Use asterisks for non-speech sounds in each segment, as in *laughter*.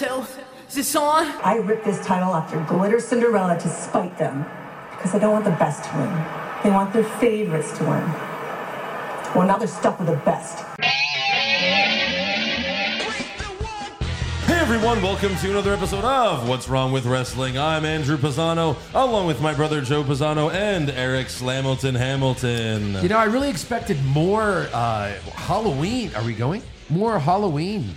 Oh, this on? I ripped this title off their glitter Cinderella to spite them because they don't want the best to win. They want their favorites to win. Well, now they're stuck with the best. Hey everyone, welcome to another episode of What's Wrong with Wrestling. I'm Andrew Pisano, along with my brother Joe Pisano and Eric Slamilton Hamilton. You know, I really expected more uh, Halloween. Are we going? More Halloween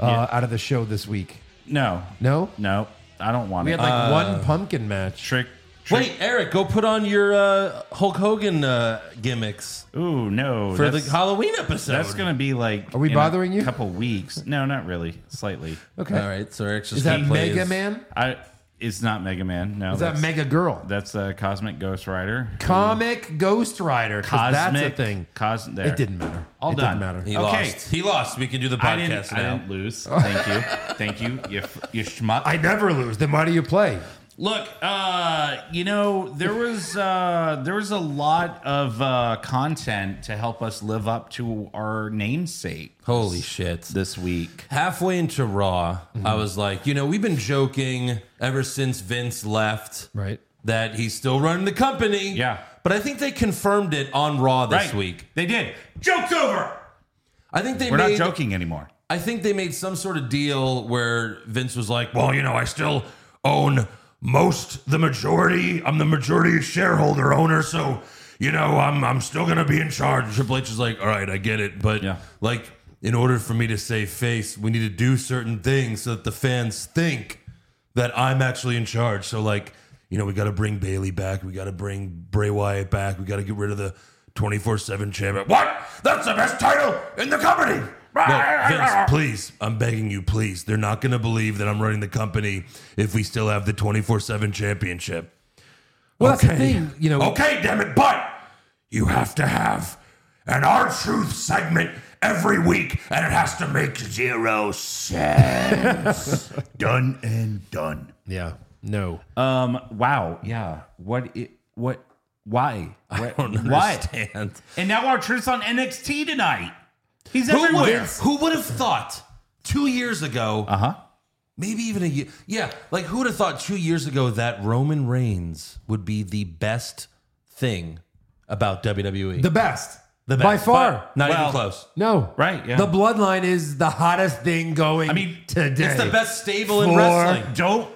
uh, out of the show this week. No. No? No. I don't want We it. had like one pumpkin match. trick. trick. Wait, Eric, go put on your uh, Hulk Hogan uh, gimmicks Ooh, no. for that's, the Halloween episode. that's gonna be like. Are we in bothering a you? Couple weeks. No, not really. Slightly. Okay. All right, so Eric's just Is that gonna play Mega his- Man? I. It's not Mega Man. No. Is that that's- Mega Girl? That's uh, Cosmic Ghost Rider. Comic Ghost Rider. 'cause that's a Cosmic- thing. Cos- there. It didn't matter. All it done. didn't matter. He Okay. lost. He lost. We can do the I didn't, podcast I now. didn't lose. *laughs* Thank you. Thank you. You, f- you schmuck. I never lose. Then why do you play? Look, uh, you know, there was uh, there was a lot of uh, content to help us live up to our namesake Holy shit. this week. halfway into Raw, I Mm-hmm. was like, you know, we've been joking ever since Vince left, Right. That he's still running the company. Yeah. But I think they confirmed it on Raw this Right. week. They did. Joke's over. I think they We're made not joking anymore. I think they made some sort of deal where Vince was like, well, you know, I still own most the majority. I'm the majority shareholder owner, so you know, I'm I'm still gonna be in charge. Triple H is like, all right, I get it, but Yeah. like in order for me to save face, we need to do certain things so that the fans think that I'm actually in charge. So like, you know, we got to bring Bailey back. We got to bring Bray Wyatt back. We got to get rid of the 24/7 champion. What? That's the best title in the company. No, Vince, please, I'm begging you, please. They're not going to believe that I'm running the company if we still have the 24/7 championship. Well, that's the thing. You know, Okay, Oh. damn it, but you have to have an R Truth segment every week, and it has to make zero *laughs* sense. done and done. yeah. No. Um. Wow. Yeah. What? It, what? Why? *laughs* I What- don't why? understand. And now our truth's on NXT tonight. He's Who would, everywhere. who would have thought two years ago, Uh Uh-huh. huh. maybe even a year? Yeah, like who would have thought two years ago that Roman Reigns would be the best thing about WWE? The best. The By best. far. Not Well, even close. No. Right, yeah. The bloodline is the hottest thing going. I mean, today. It's the best stable in For- wrestling. *laughs* Don't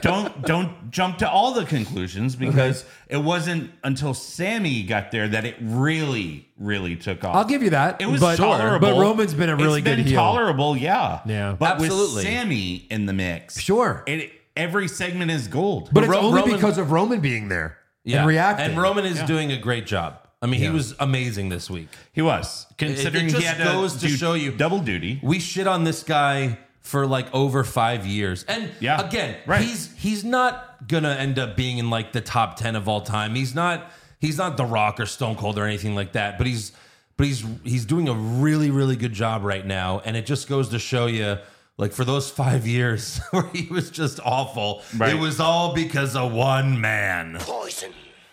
don't don't jump to all the conclusions because it wasn't until Sammy got there that it really really took off. I'll give you that. It was but, tolerable, But Roman's been a really It's good been heel. Tolerable, yeah, Yeah. But Absolutely. with Sammy in the mix, Sure. It, every segment is gold. But it's Ro- only Roman- because of Roman being there and reacting. And Roman is doing a great job. I mean, he was amazing this week. he was considering just he had goes to do show you- double duty. we shit on this guy for like over five years. And Yeah, again, right. he's he's not gonna end up being in like the top ten of all time. He's not he's not The Rock or Stone Cold or anything like that. But he's but he's he's doing a really really good job right now. And it just goes to show you. Like for those five years *laughs* where he was just awful, Right. it was all because of one man. yeah,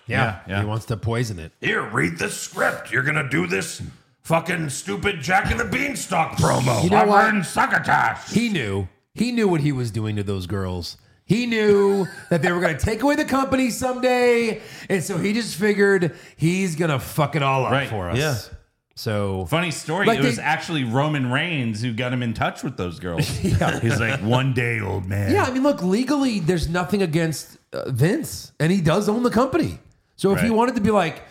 Yeah, yeah. He wants to poison it. Here, read the script. You're gonna do this fucking stupid Jack and the Beanstalk promo. You know I'm what? eating succotash. He knew. He knew what he was doing to those girls. He knew *laughs* that they were going to take away the company someday. And so he just figured he's going to fuck it all up Right, for us. yeah. So Funny story. Like it they- was actually Roman Reigns who got him in touch with those *laughs* girls. He's like, one day, old man. Yeah, I mean, look, legally, there's nothing against uh, Vince, and he does own the company. So if he Right. wanted to be like,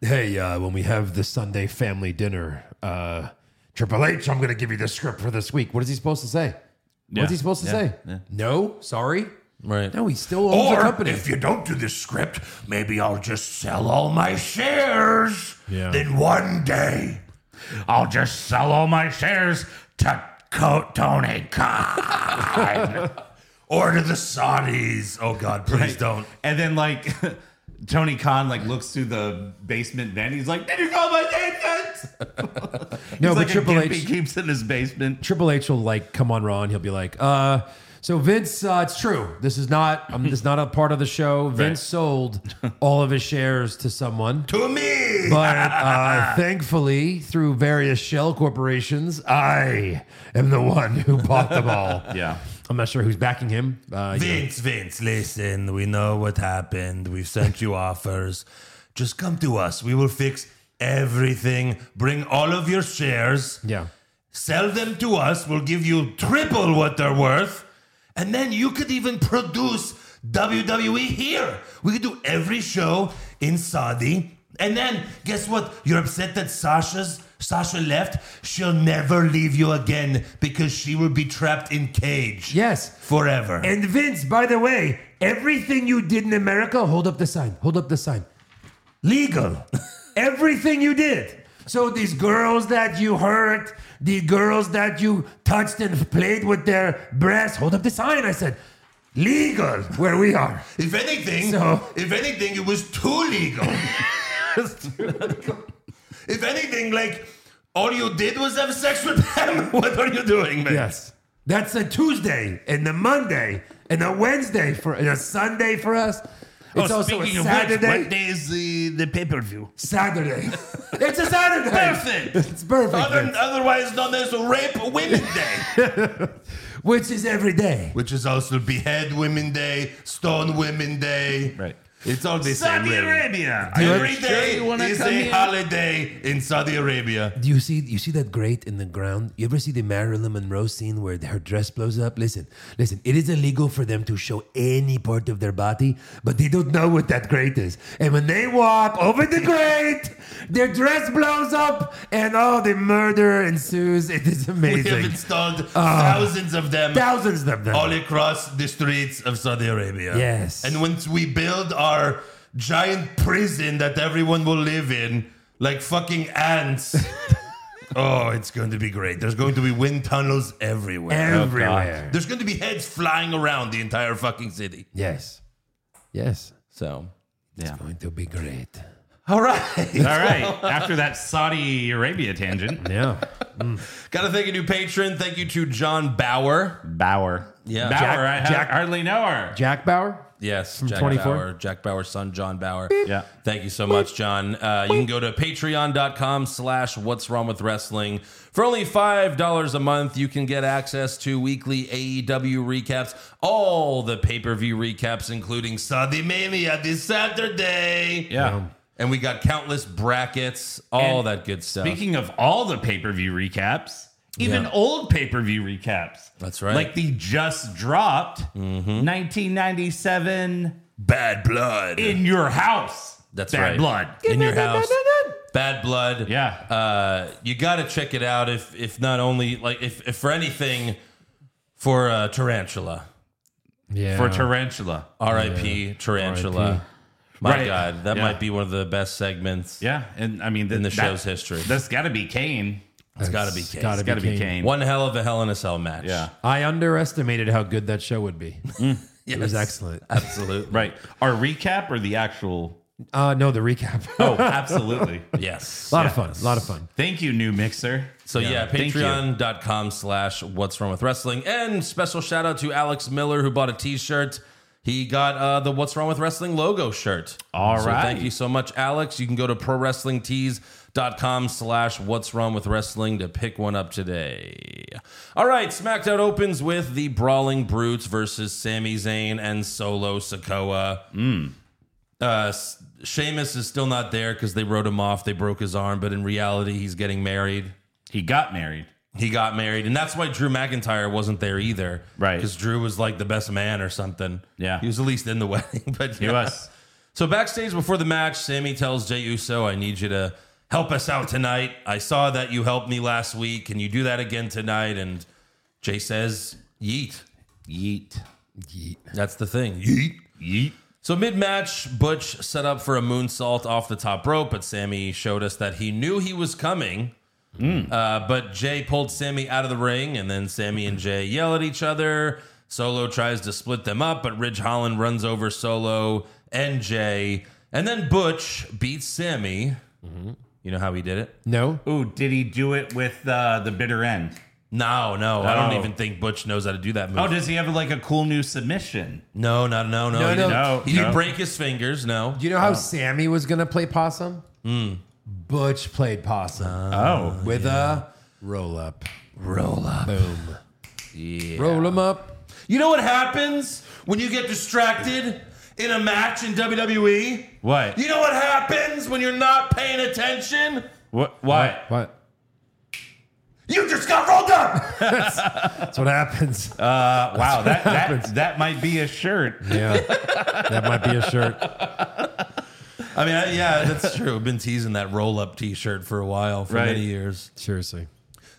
hey, uh, when we have the Sunday family dinner, uh, Triple H, I'm going to give you the script for this week. What is he supposed to say? What's he supposed to say? No, sorry. Right. No, he still owns the company. you don't do this script, maybe I'll just sell all my shares. Yeah. one day, I'll just sell all my shares to Co- Tony *laughs* Khan. or to the Saudis. Oh God, please don't. and then, like, *laughs* Tony Khan, like, looks through the basement vent. He's like, did you call my dentist? no, It's but like a Triple gimp He H, keeps in his basement. Triple H will like come on Raw and he'll be like, uh, so Vince, uh, it's true. This is not um, this is not a part of the show. Vince sold all of his shares to someone. To me, But *laughs* uh, thankfully, through various shell corporations, I am the one who bought them all. *laughs* Yeah. I'm not sure who's backing him. Uh, you know, Vince, Vince, listen, we know what happened. We've sent you offers. Just come to us. We will fix everything. Bring all of your shares, yeah. sell them to us. We'll give you triple what they're worth. And then you could even produce WWE here. We could do every show in Saudi. And then guess what? You're upset that Sasha's Sasha left. She'll never leave you again because she will be trapped in cage. Yes. Forever. And Vince, by the way, everything you did in America, hold up the sign. Hold up the sign. legal. *laughs* Everything you did. So these girls that you hurt, the girls that you touched and played with their breasts, hold up the sign. I said, legal where we are. If anything, So- if anything, it was too legal. *laughs* if anything, like all you did was have sex with them. *laughs* what are you doing, man? Yes. That's a Tuesday and a Monday and a Wednesday for and a Sunday for us. Oh, It's also a speaking of Saturday. Which, what day is the, the pay per view? Saturday. it's a Saturday. *laughs* Perfect. It's perfect. Other, Vince. otherwise known as Rape Women Day, Which is every day. which is also Behead Women Day, Stone Women Day. Right. It's all the same. Saudi really. Arabia. Are you Every sure day you wanna is come a here? holiday in Saudi Arabia. Do you see you see that grate in the ground? You ever see the Marilyn Monroe scene where her dress blows up? Listen, listen, it is illegal for them to show any part of their body, but they don't know what that grate is. And when they walk over the grate, their dress blows up and oh the murder ensues. It is We have amazing. installed thousands of them. Thousands of them. all across the streets of Saudi Arabia. Yes. And once we build our giant prison that everyone will live in, like fucking ants. oh, it's going to be great. There's going to be wind tunnels everywhere. everywhere. There's going to be heads flying around the entire fucking city. yes. Yes. So. Yeah. Going to be great. All right. *laughs* All right. After that Saudi Arabia tangent, Yeah. Got to thank a new patron. Thank you to John Bauer. Bauer. Yeah. Bauer. Jack- I ha- Jack- hardly know her. Jack Bauer? Yes, Jack 24? Bauer, Jack Bauer's son, John Bauer. Yeah. Thank you so much, John. Uh, you can go to patreon.com slash what's wrong with wrestling. For only $5 a month, you can get access to weekly AEW recaps, all the pay per view recaps, including Saudi Mania this Saturday. Yeah. And we got countless brackets, all And that good stuff. Speaking of all the pay per view recaps, even Yeah. old pay per view recaps. That's right. Mm-hmm. Like the just dropped 1997 Bad blood. In Your House. That's Bad right. Blood. in *laughs* your house. Bad blood. Yeah. Uh, you got to check it out if if not only like if, if for anything for uh, tarantula. Yeah. for Tarantula. R.I.P. Tarantula. Oh My Right. God, that Yeah. might be one of the best segments Yeah. And I mean, in the that- show's history. That's got to be Kane. It's got to be Kane. It's got to be Kane. One hell of a Hell in a Cell match. Yeah. I underestimated how good that show would be. Yes. It was excellent. Absolutely. Right. Our recap or the actual? Uh, no, the *laughs* recap. Oh, *laughs* *laughs* absolutely. Yes. a lot of fun. A lot of fun. Thank you, new mixer. So yeah, Thank you. patreon.com slash what's wrong with wrestling. And special shout out to Alex Miller who bought a t-shirt. He got uh, the What's Wrong with Wrestling logo shirt. All so right. Thank you so much, Alex. You can go to pro wrestling com slash what's wrong with wrestling to pick one up today. All right, SmackDown opens with the Brawling Brutes versus Sami Zayn and Solo Sokoa. Mm. Uh, S- Sheamus is still not there because they wrote him off. They broke his arm, but in reality, he's getting married He got married. he got married, and that's why Drew McIntyre wasn't there either, Right. Because Drew was like the best man or something. Yeah. he was at least in the *laughs* wedding. But He was. So backstage before the match, Sammy tells Jey Uso, "I need you to help us out tonight. I saw that you helped me last week. Can you do that again tonight?" And Jay says, "Yeet." Yeet. That's the thing. Yeet. Yeet. So mid match, Butch set up for a moonsault off the top rope, but Sammy showed us that he knew he was coming. Uh, but Jay pulled Sammy out of the ring, and then Sammy and Jay yell at each other. Solo tries to split them up, but Ridge Holland runs over Solo and Jay. And then Butch beats Sammy. You know how he did it? No. Ooh, did he do it with uh, the bitter end? No, no. I don't Oh. even think Butch knows how to do that move. Oh, does he have like a cool new submission? no, no, no, no. No, he didn't, no. No, he didn't no. break his fingers, no. Do you know how Sammy was gonna play possum? Butch played possum Oh, with a roll up. Roll up. Boom. Roll 'em up. You know what happens when you get distracted in a match in WWE? What? You know what happens when you're not paying attention? What? What? What? You just got rolled up. That's what *laughs* happens. Uh, wow, that, that that might be a shirt. yeah, that might be a shirt. *laughs* I mean, I, yeah, that's true. I've been teasing that roll up t shirt for a while, for Right. many years. Seriously.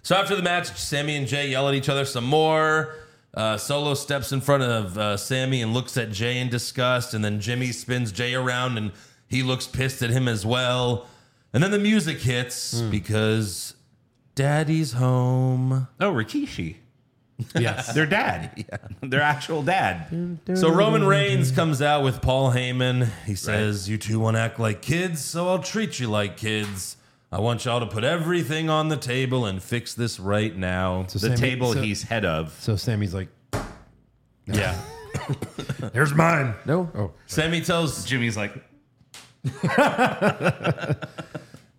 So after the match, Sammy and Jay yell at each other some more. Uh, Solo steps in front of uh, Sammy and looks at Jay in disgust, and then Jimmy spins Jay around and he looks pissed at him as well. And then the music hits Hmm. because Daddy's home. Oh, Rikishi, Yes. their *laughs* dad, their actual dad. So Roman Reigns comes out with Paul Heyman. He says, You two want to act like kids, so I'll treat you like kids. I want y'all to put everything on the table and fix this right now. The Sammy- table so- he's head of. so Sammy's like, Yeah. "Here's mine." No. Oh, Sammy tells Jimmy's like,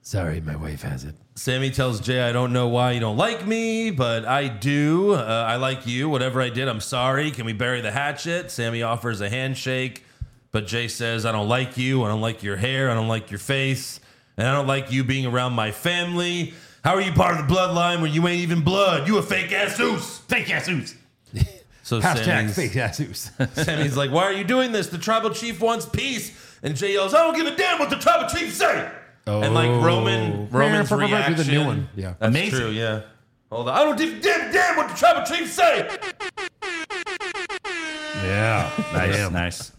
sorry, my wife has it. Sammy tells Jay, I don't know why you don't like me, but I do. Uh, I like you. Whatever I did, I'm sorry. Can we bury the hatchet? Sammy offers a handshake, but Jay says, I don't like you. I don't like your hair. I don't like your face. And I don't like you being around my family. How are you part of the bloodline when you ain't even blood? You a fake ass oos. "Thank you, Zeus." So Hashtag Sammy's, fake Jesus. *laughs* *laughs* Sammy's like, Why are you doing this? The tribal chief wants peace. And Jay yells, I don't give a damn what the tribal chief say. And like Oh. Roman, Roman's Yeah, reaction. do the new one. Yeah. That's Amazing. true, yeah. Hold on. I don't give a damn, damn what the tribal chief say. Yeah. Nice, nice.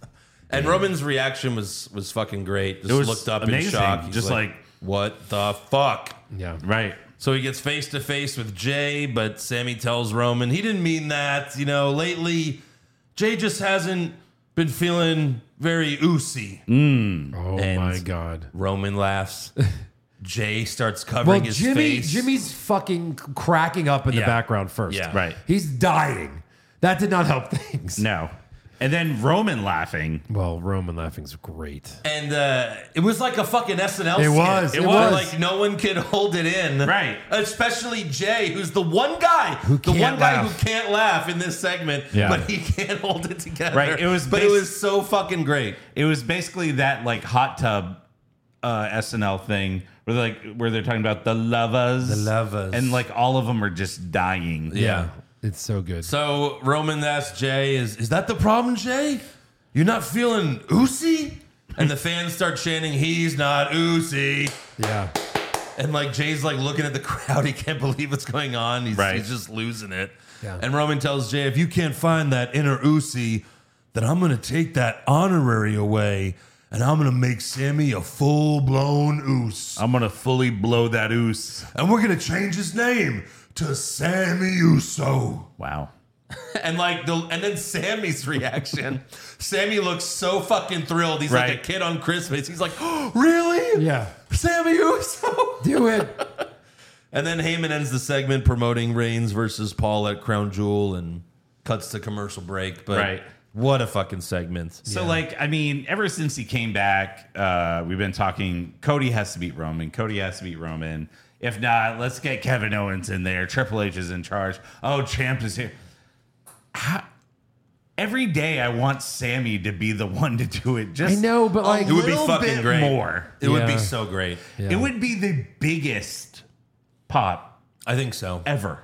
And Roman's reaction was was fucking great. Just was looked up in amazing. shock. He's Just like- what the fuck? Yeah. Right. So he gets face to face with Jay, but Sammy tells Roman he didn't mean that. You know, lately Jay just hasn't been feeling very oosy. Oh And- my God. Roman laughs. *laughs* Jay starts Well, covering his Jimmy, face. Jimmy's fucking cracking up in the Yeah. background first. Yeah. Right. He's dying. That did not help things. No. And then Roman laughing. Well, Roman laughing's great. and uh, it was like a fucking SNL. It skit. was, it Where, was. like no one could hold it in, Right. Especially Jay, who's the one guy, who the can't one guy laugh. who can't laugh in this segment, Yeah. but he *laughs* can't hold it together. Right, it was but bas- it was so fucking great. It was basically that like hot tub uh, SNL thing where they're like where they're talking about the lovers, the lovers. and like all of them are just dying. It's so good. So Roman asks Jay, "Is is that the problem, Jay? You're not feeling oosy?" And the fans start chanting, "He's not oosy." yeah. And like Jay's like looking at the crowd, *laughs* he can't believe what's going on. He's, Right. he's just losing it. Yeah. And Roman tells Jay, if you can't find that inner Usi, then I'm gonna take that honorary away, and I'm gonna make Sammy a full blown Oos, I'm gonna fully blow that oos. and we're gonna change his name to Sammy Uso. Wow. And like the and then Sammy's reaction, *laughs* Sammy looks so fucking thrilled. He's like a Right. kid on Christmas. He's like, *gasps* oh, really? Yeah. Sammy Uso. Do it. And then Heyman ends the segment promoting Reigns versus Paul at Crown Jewel and cuts to commercial break. But Right. what a fucking segment. So like I mean, ever since he came back, uh, we've been talking. Cody has to beat Roman. Cody has to beat Roman. If not, let's get Kevin Owens in there. Triple H is in charge. Oh, Champ is here. How- every day I want Sammy to be the *laughs* one to do it. I Just know, but a like- It would be little fucking bit great. More. It would be Yeah. so great. Yeah. It would be the biggest pop I think so. ever.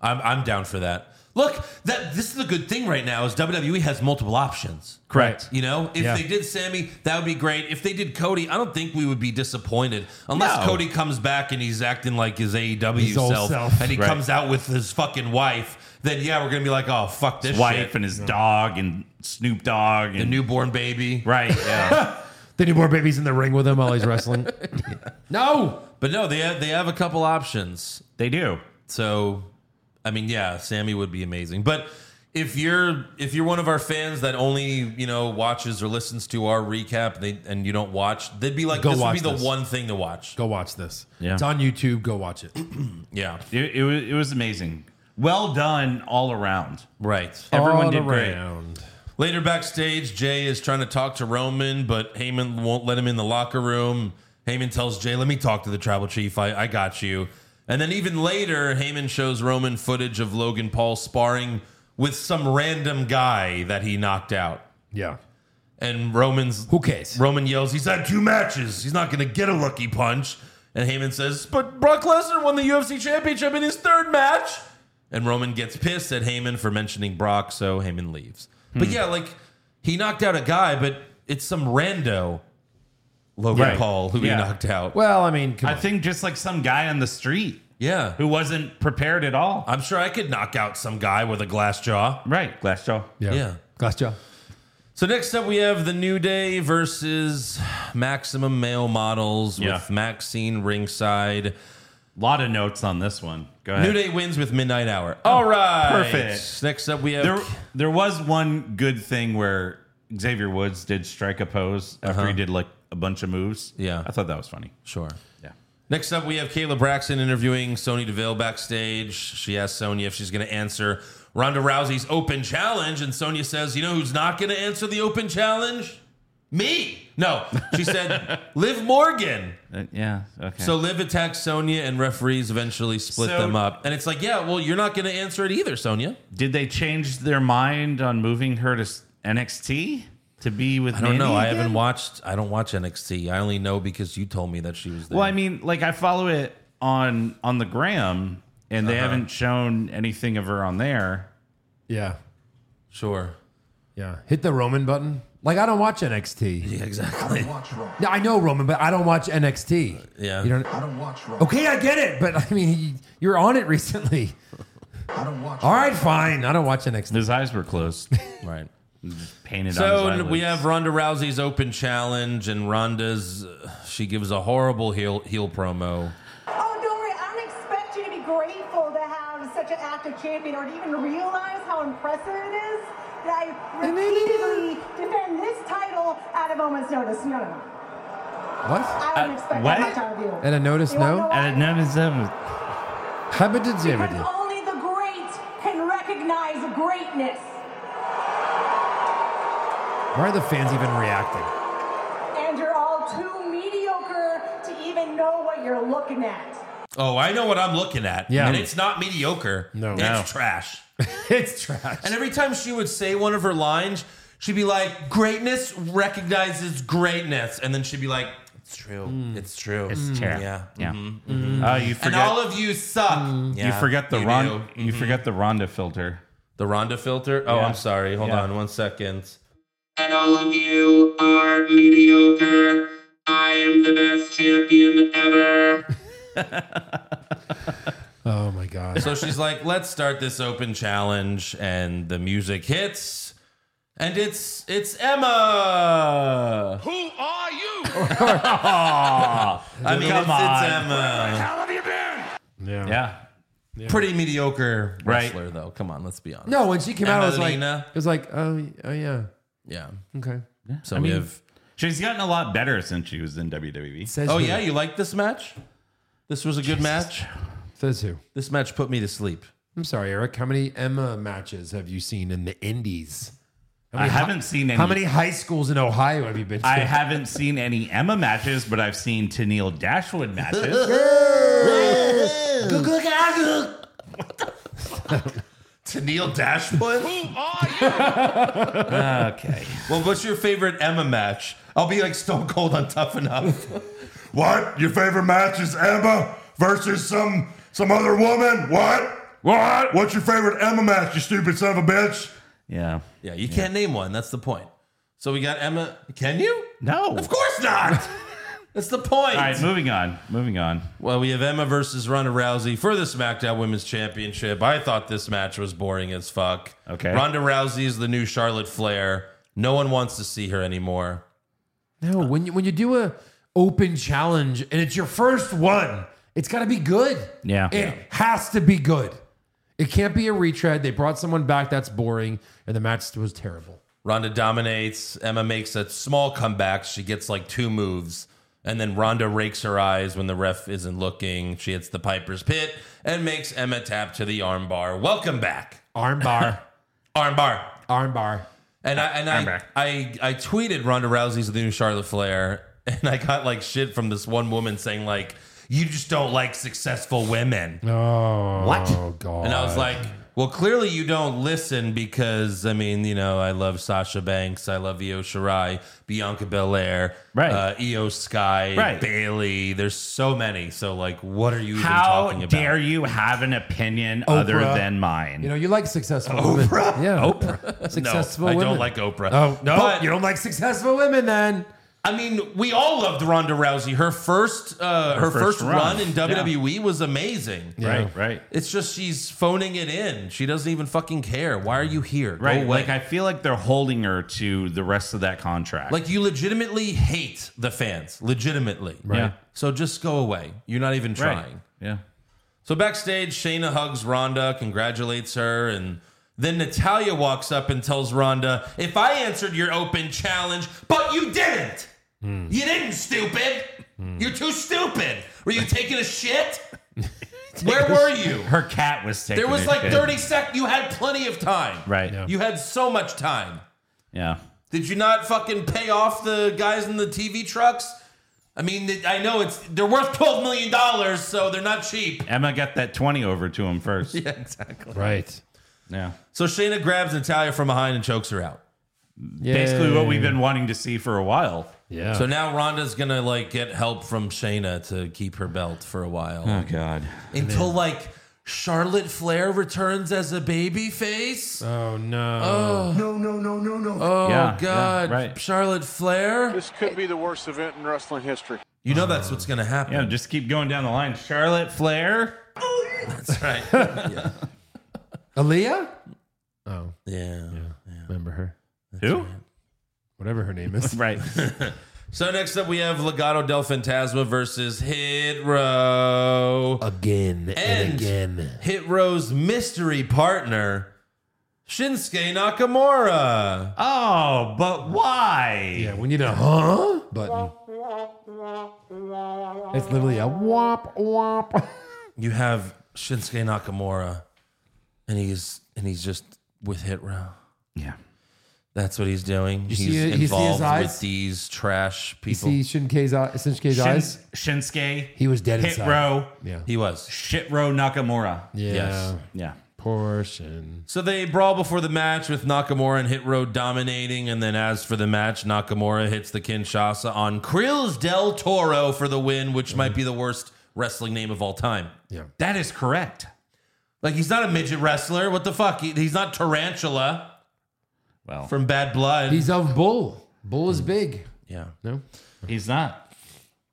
I'm, I'm down for that. Look, that this is the good thing right now is WWE has multiple options. Correct. You know, if Yeah. they did Sammy, that would be great. If they did Cody, I don't think we would be disappointed unless No. Cody comes back and he's acting like his AEW His old self, self. and he Right. comes out with his fucking wife. Then yeah, we're gonna be like, oh fuck this Wife shit. and his dog and Snoop Dogg and the newborn baby, *laughs* right. Yeah. The newborn baby's in the ring with him while he's wrestling. *laughs* no. But no, they have, they have a couple options. they do. So, I mean, yeah, Sammy would be amazing. But if you're if you're one of our fans that only you know watches or listens to our recap, and, they, and you don't watch, they'd be like, Go this would be watch the this. one thing to watch. Go watch this. Yeah. It's on YouTube. Go watch it. Yeah, It, it was it was amazing. Well done all around. right. Everyone All did great. around. Later backstage, Jay is trying to talk to Roman, but Heyman won't let him in the locker room. Heyman tells Jay, let me talk to the tribal chief. I, I got you. And then even later, Heyman shows Roman footage of Logan Paul sparring with some random guy that he knocked out. Yeah. And Roman's Who cares? Roman yells, "He's had two matches. He's not going to get a lucky punch." And Heyman says, "But Brock Lesnar won the UFC championship in his third match." And Roman gets pissed at Heyman for mentioning Brock, so Heyman leaves. Hmm. But yeah, like he knocked out a guy, but it's some rando Logan Right. Paul who Yeah. he knocked out. Well, I mean, come I on. think just like some guy on the street yeah, who wasn't prepared at all. I'm sure I could knock out some guy with a glass jaw. Right, Glassjaw. yeah. Gotcha. So next up, we have the New Day versus Maximum Male Models Yeah. with Maxine ringside. lot of notes on this one. Go ahead. New Day wins with Midnight Hour. All right. perfect. Next up, we have. There, there was one good thing where Xavier Woods did strike a pose after he did like a bunch of moves. Uh-huh. Yeah. I thought that was funny. sure. Yeah. Next up, we have Kayla Braxton interviewing Sonya Deville backstage. She asks Sonya if she's going to answer Ronda Rousey's open challenge. And Sonya says, You know who's not going to answer the open challenge? Me. No. She *laughs* said, Liv Morgan. Uh, yeah. Okay. So Liv attacks Sonya, and referees eventually split So- them up. And it's like, yeah, well, you're not going to answer it either, Sonya. did they change their mind on moving her to s- NXT to be with? I don't know. I haven't watched. watched. I don't watch NXT. I only know because you told me that she was there. Well, I mean, like I follow it on on the gram, and they Uh-huh. haven't shown anything of her on there. Yeah. sure. Yeah. Hit the Roman button. Like I don't watch NXT. Yeah, exactly. watch Raw. Yeah, I know Roman, but I don't watch NXT. Yeah. You don't. I don't watch Raw. Okay, I get it, but I mean, you're on it *laughs* recently. I don't watch All right, fine. I don't watch NXT. His eyes were closed, *laughs* Right. painted. on his So we eyelids. have Ronda Rousey's open challenge, and Ronda's uh, she gives a horrible heel heel promo. Oh, don't worry. I don't expect you to be grateful to have such an active champion or to even realize how impressive it is that I repeatedly defend this title at a moment's notice. No, no, no. What? I don't Uh, expect what? that much out of you. At a notice, You wanna no? know At why? number seven. Habited Because Zimmerman. only the great can recognize greatness. Why are the fans even reacting? *laughs* And you're all too mediocre to even know what you're looking at. Oh, I know what I'm looking at. Yeah. and it's not mediocre. No. it's No. trash. it's trash. And every time she would say one of her lines, she'd be like, "Greatness recognizes greatness," and then she'd be like, "It's true. It's true. It's chair. Mm, Yeah. Mm-hmm, Yeah. Oh, you forget. And all of you suck. Hmm. you forgot the Ron. Ronda You forgot the Ronda filter. The Ronda filter. Oh, Yeah. I'm sorry. Hold Yeah. on one second. and all of you are mediocre. I am the best champion ever. oh my god. So she's like, "Let's start this open challenge," and the music hits, and it's it's Emma. Who are you? *laughs* I mean, it's, it's on. Emma. Yeah. Yeah. Pretty mediocre Right. wrestler, though. Come on, let's be honest. No, when she came out, I was like, Emelina. it was like, oh, oh yeah, Yeah. okay. So we have. She's gotten a lot better since she was in E. WWE. Says Oh who? yeah, you like this match? This was a good match. Says who? This match put me to sleep. I'm sorry, Eric. How many Emma matches have you seen in the Indies? How I many hi- haven't seen any. How many high schools in Ohio have you been *laughs* to? I haven't seen any Emma matches, but I've seen Tennille Dashwood matches. Tennille Dashwood. okay. Well, what's your favorite Emma match? I'll be like Stone Cold on Tough Enough. *laughs* what? Your favorite match is Emma versus some some other woman? What? *laughs* What? What's your favorite Emma match? You stupid son of a bitch. Yeah. Yeah, you can't name one. That's the point. So we got Emma. Can you? No. Of course not. *laughs* That's the point. All right, moving on. Moving on. Well, we have Emma versus Ronda Rousey for the SmackDown Women's Championship. I thought this match was boring as fuck. Okay. Ronda Rousey is the new Charlotte Flair. No one wants to see her anymore. no, when you when you do a open challenge and it's your first one, it's got to be good. Yeah. it Yeah. has to be good. It can't be a retread. They brought someone back that's boring, and the match was terrible. Ronda dominates. Emma makes a small comeback. She gets like two moves. And then Ronda rakes her eyes when the ref isn't looking. She hits the Piper's Pit and makes Emma tap to the armbar. Welcome back, *laughs* Armbar, armbar. armbar. And I and I, Armbar. I I tweeted Ronda Rousey's the new Charlotte Flair, *laughs* and I got like shit from this one woman saying like, "You just don't like successful women." Oh, What? God. And I was like, Well, clearly you don't listen because I mean, you know, I love Sasha Banks, I love Io Shirai, Bianca Belair, Right. Uh, Io Sky, Right. Bailey. There's so many. So like, what are you even How talking about? dare you have an opinion other Oprah. than mine? You know, you like successful women. *laughs* Yeah. Oprah. Successful no, I women. don't like Oprah. Oh, no. But, you don't like successful women then. I mean, we all loved Ronda Rousey. Her first, uh, her, first first, run. run, in WWE was amazing. Right, right. It's just she's phoning it in. She doesn't even fucking care. Why are you here? Go Right. away. Like I feel like they're holding her to the rest of that contract. Like you legitimately hate the fans, legitimately. Right. Yeah. So just go away. You're not even Right. trying. Yeah. So backstage, Shayna hugs Ronda, congratulates her, and then Natalia walks up and tells Ronda, "If I answered your open challenge, but you didn't. You didn't, stupid. You're too stupid. Were you taking a shit? Where were you? Her cat was taking. There was a like shit. 30 seconds. You had plenty of time. Right. Yeah. You had so much time." Yeah. Did you not fucking pay off the guys in the TV trucks? I mean, th- I know it's they're worth twelve million dollars, so they're not cheap. Emma got that twenty over to him first. Yeah. exactly. Right. So Shayna grabs Natalia from behind and chokes her out. Basically, what we've been wanting to see for a while. Yeah. So now Rhonda's gonna like get help from Shayna to keep her belt for a while Oh God. until like Charlotte Flair returns as a baby face. Oh, oh, no. No, no, no, no, no. yeah, God, yeah, right. Charlotte Flair! This could be the worst event in wrestling history. You know that's what's gonna happen. Yeah. Just keep going down the line. Charlotte Flair. that's right. yeah. Aaliyah? Oh, yeah. remember her. Who? Whatever her name is. Right. So next up, we have Legado del Fantasma versus Hit Row. Again And- again. Hit Row's mystery partner, Shinsuke Nakamura. *laughs* oh, but why? Yeah, we need a huh button. It's literally a womp womp. You have Shinsuke Nakamura, and he's and he's just with Hit Row. Yeah. That's what he's doing. see he's it- you see his involved eyes? with these trash You people. see Shinsuke's eyes? Shinsuke's Shin- eyes? Shinsuke. He was dead Hit inside. row. Yeah. He was. Shit row Nakamura. Yeah. Yes. Yeah. Portion. So they brawl before the match with Nakamura and Hit Row dominating, and then as for the match, Nakamura hits the Kinshasa on Krills del Toro for the win, which Mm-hmm. might be the worst wrestling name of all time. Yeah. That is correct. Like he's not a midget wrestler. What the fuck? He- he's not Tarantula Well, from Bad Blood. He's of bull. Bull is big. yeah, No? he's not.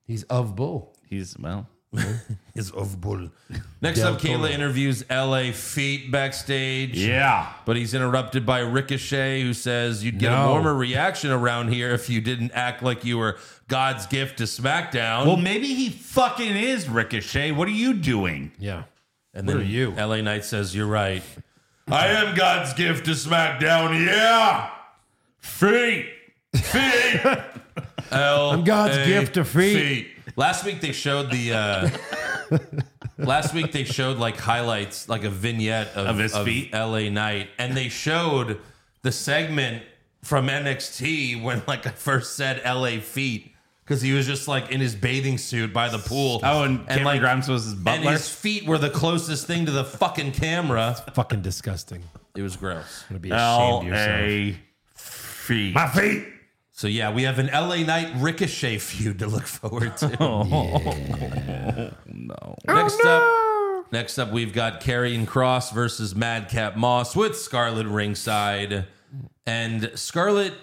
He's of bull. He's well. is of bull. *laughs* Next Del up, Kayla Toro. interviews L.A. Feet backstage. Yeah. But he's interrupted by Ricochet, who says, You'd get a No. warmer reaction around here if you didn't act like you were God's gift to SmackDown. Well, maybe he fucking is Ricochet. What are you doing? Yeah. And What then are you? LA Knight says, You're right. I am God's gift to SmackDown. Yeah. Feet. Feet. I'm God's gift to feet. Last week they showed the. Uh, *laughs* last week they showed like highlights, like a vignette of, Of his feet? LA Knight. And they showed the segment from NXT when like I first said LA Feet. Because he was just like in his bathing suit by the pool. Oh, and Cameron like, Grimes was his butler. and his feet were the closest thing to the fucking camera. Fucking disgusting. It was gross. Gonna be ashamed L of yourself. A feet. feet. So yeah, we have an LA Knight Ricochet feud to look forward *laughs* to. Oh. no. Next up, next up, we've got Karrion Cross versus Madcap Moss with Scarlet ringside, and Scarlet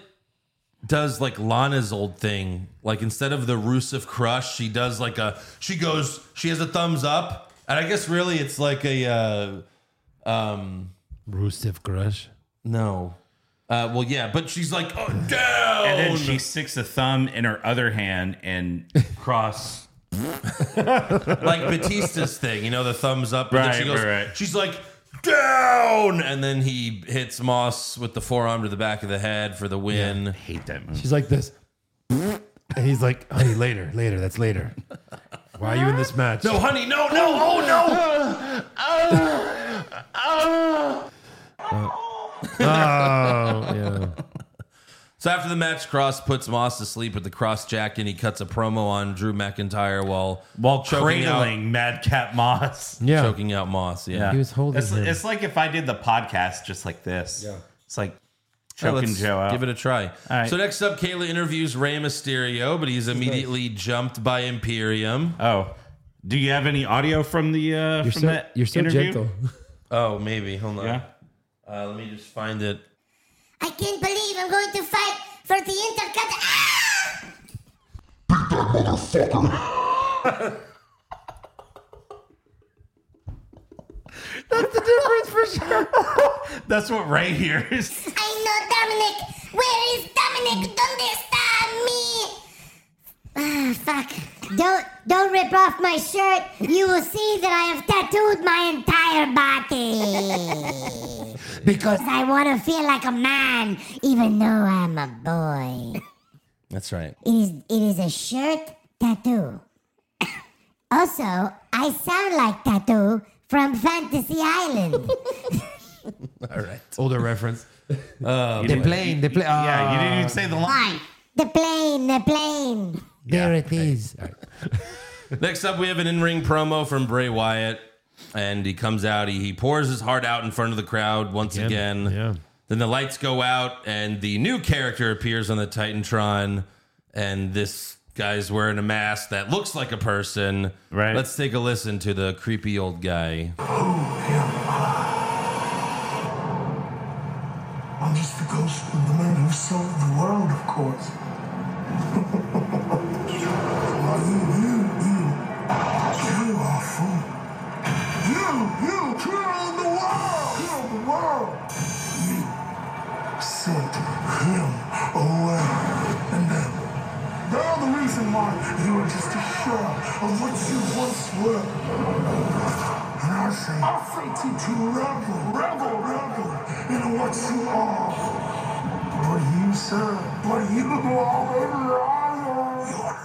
does like Lana's old thing. Like instead of the Rusev crush, she does like a she goes she has a thumbs up, and I guess really it's like a. Uh, Rusev crush. No. Uh, well, yeah, but she's like, oh, down. And then she sticks a thumb in her other hand and *laughs* cross. like Batista's thing, you know, the thumbs up. and then she Right, right, right. She's like, down. And then he hits Moss with the forearm to the back of the head for the win. Hate that move. She's like this. And he's like, honey, later, later. That's later. Why are you in this match? No, honey, no, no, oh, no. Oh, yeah. So after the match, Cross puts Moss to sleep with the cross jack, and he cuts a promo on Drew McIntyre while While choking out- cradling Madcap Moss. Yeah. choking out Moss. Yeah, He was holding it's, him. it's like if I did the podcast just like this. Yeah. It's like All right, choking let's Joe out. Give it a try. right. So next up, Kayla interviews Rey Mysterio, but he's immediately jumped by Imperium. oh, do you have any audio from the uh, You're from so, that you're so interview? gentle. Oh, maybe. Hold on. Yeah. Uh, let me just find it. I can't believe I'm going to fight for the Intercontinental. Ah! That's what Ray *laughs* hears. I know Dominic. Where is Dominic? Donde está me? Ah, fuck. Don't don't rip off my shirt. You will see that I have tattooed my entire *laughs* body. Because I want to feel like a man, even though I'm a boy. That's right. It is it is a shirt tattoo. *coughs* also, I sound like tattoo from Fantasy Island. older reference. You The didn't- plane, the plane. Yeah, you didn't even say the line. the plane, the plane. There it is. Next up, we have an in-ring promo from Bray Wyatt, and he comes out. He, he pours his heart out in front of the crowd once again. Yeah. Then the lights go out, and the new character appears on the Titantron, and this guy's wearing a mask that looks like a person. Right. Let's take a listen to the creepy old guy. I'm just the ghost of the man who saved the world, of course. Well, you, you, you, you are a fool. You, you killed the world. Killed the world. You sent him away, and then they're the reason why you are just a shell of what you once were. And I say, I say to you, revel, revel, revel in what you are. But you, sir, but you are a liar. You're a liar.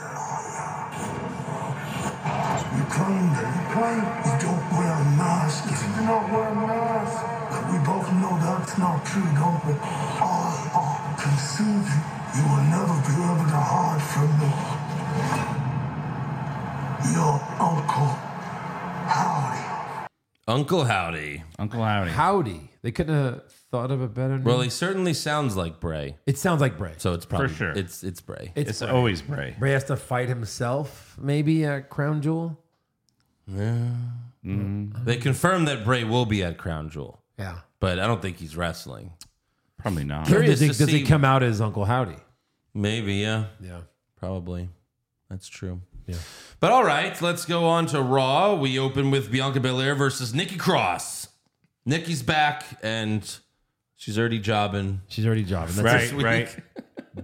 You claim that you claim you don't wear a mask. If you do not wear a mask, but we both know that's not true, don't we? I, I conceive you. You will never be able to hide from me. Your uncle, Howdy. Uncle Howdy. Uh, Uncle Howdy. Howdy. They couldn't have thought of a better name. Well, he certainly sounds like Bray, It sounds like Bray. so it's probably sure. it's it's Bray. It's always Bray. Bray has to fight himself, maybe at Crown Jewel. They confirmed that Bray will be at Crown Jewel, Yeah. but I don't think he's wrestling. Probably not. Curious Does, it, to does see- it come out as Uncle Howdy? Maybe, yeah. Yeah. Probably. That's true. Yeah. But all right, let's go on to Raw. We open with Bianca Belair versus Nikki Cross. Nikki's back and she's already jobbing. She's already jobbing. That's Right, week. right.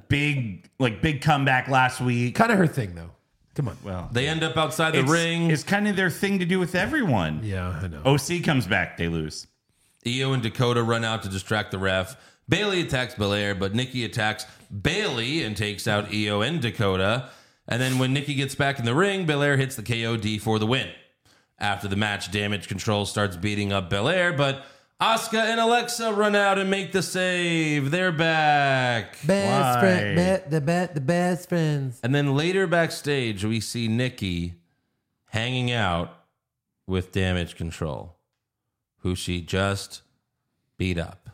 big like big comeback last week. Kind of her thing, though. Come on. Well, They end up outside the it's, ring. It's kind of their thing to do with everyone. Yeah, I know. OC comes back, they lose. Io and Dakota run out to distract the ref. Bailey attacks Belair, but Nikki attacks Bailey and takes out Io and Dakota. And then when Nikki gets back in the ring, Belair hits the KOD for the win. After the match, Damage Control starts beating up Belair, but Asuka and Alexa run out and make the save. They're back. Best Why? friend, be- the bet, the best friends. And then later backstage, we see Nikki hanging out with Damage Control, who she just beat up.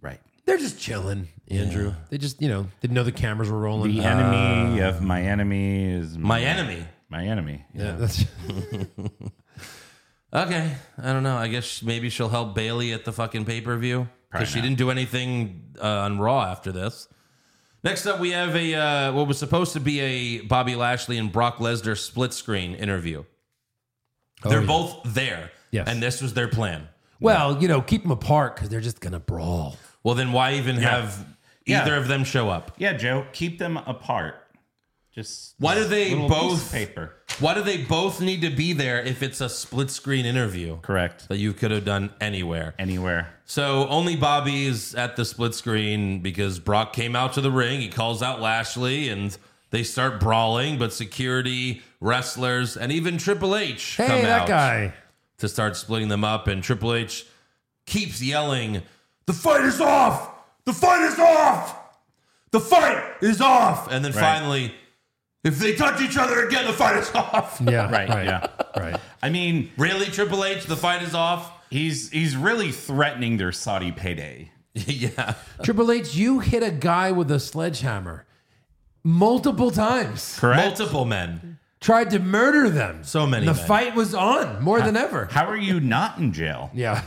Right. They're just chilling, Andrew. They just, you know, didn't know the cameras were rolling. Uh, The enemy of my enemy is Uh, My enemy. My enemy. yeah, that's Okay, I don't know. I guess maybe she'll help Bailey at the fucking pay per view because she didn't do anything uh, on Raw after this. Next up, we have a uh, what was supposed to be a Bobby Lashley and Brock Lesnar split screen interview. Oh, They're both there, Yes. and this was their plan. well, you know, keep them apart because they're just gonna brawl. Well, then why even have Yeah. either of them show up? Yeah, Joe, keep them apart. Just Why do they little both- piece of paper? Why do they both need to be there if it's a split screen interview Correct. that you could have done anywhere? Anywhere. So only Bobby's at the split screen because Brock came out to the ring. He calls out Lashley and they start brawling, but security, wrestlers, and even Triple H Hey, come that out guy. to start splitting them up. And Triple H keeps yelling, The fight is off! The fight is off! The fight is off. And then Right. finally, if they touch each other again, the fight *laughs* is off. Yeah. Right. Yeah. Right. I mean, Really, Triple H? The fight is off? *laughs* he's he's really threatening their Saudi payday. yeah. Triple H, you hit a guy with a sledgehammer multiple times. Correct. Multiple men. Tried to murder them. So many The men. fight was on more than ever. How are you not in jail? *laughs* Yeah.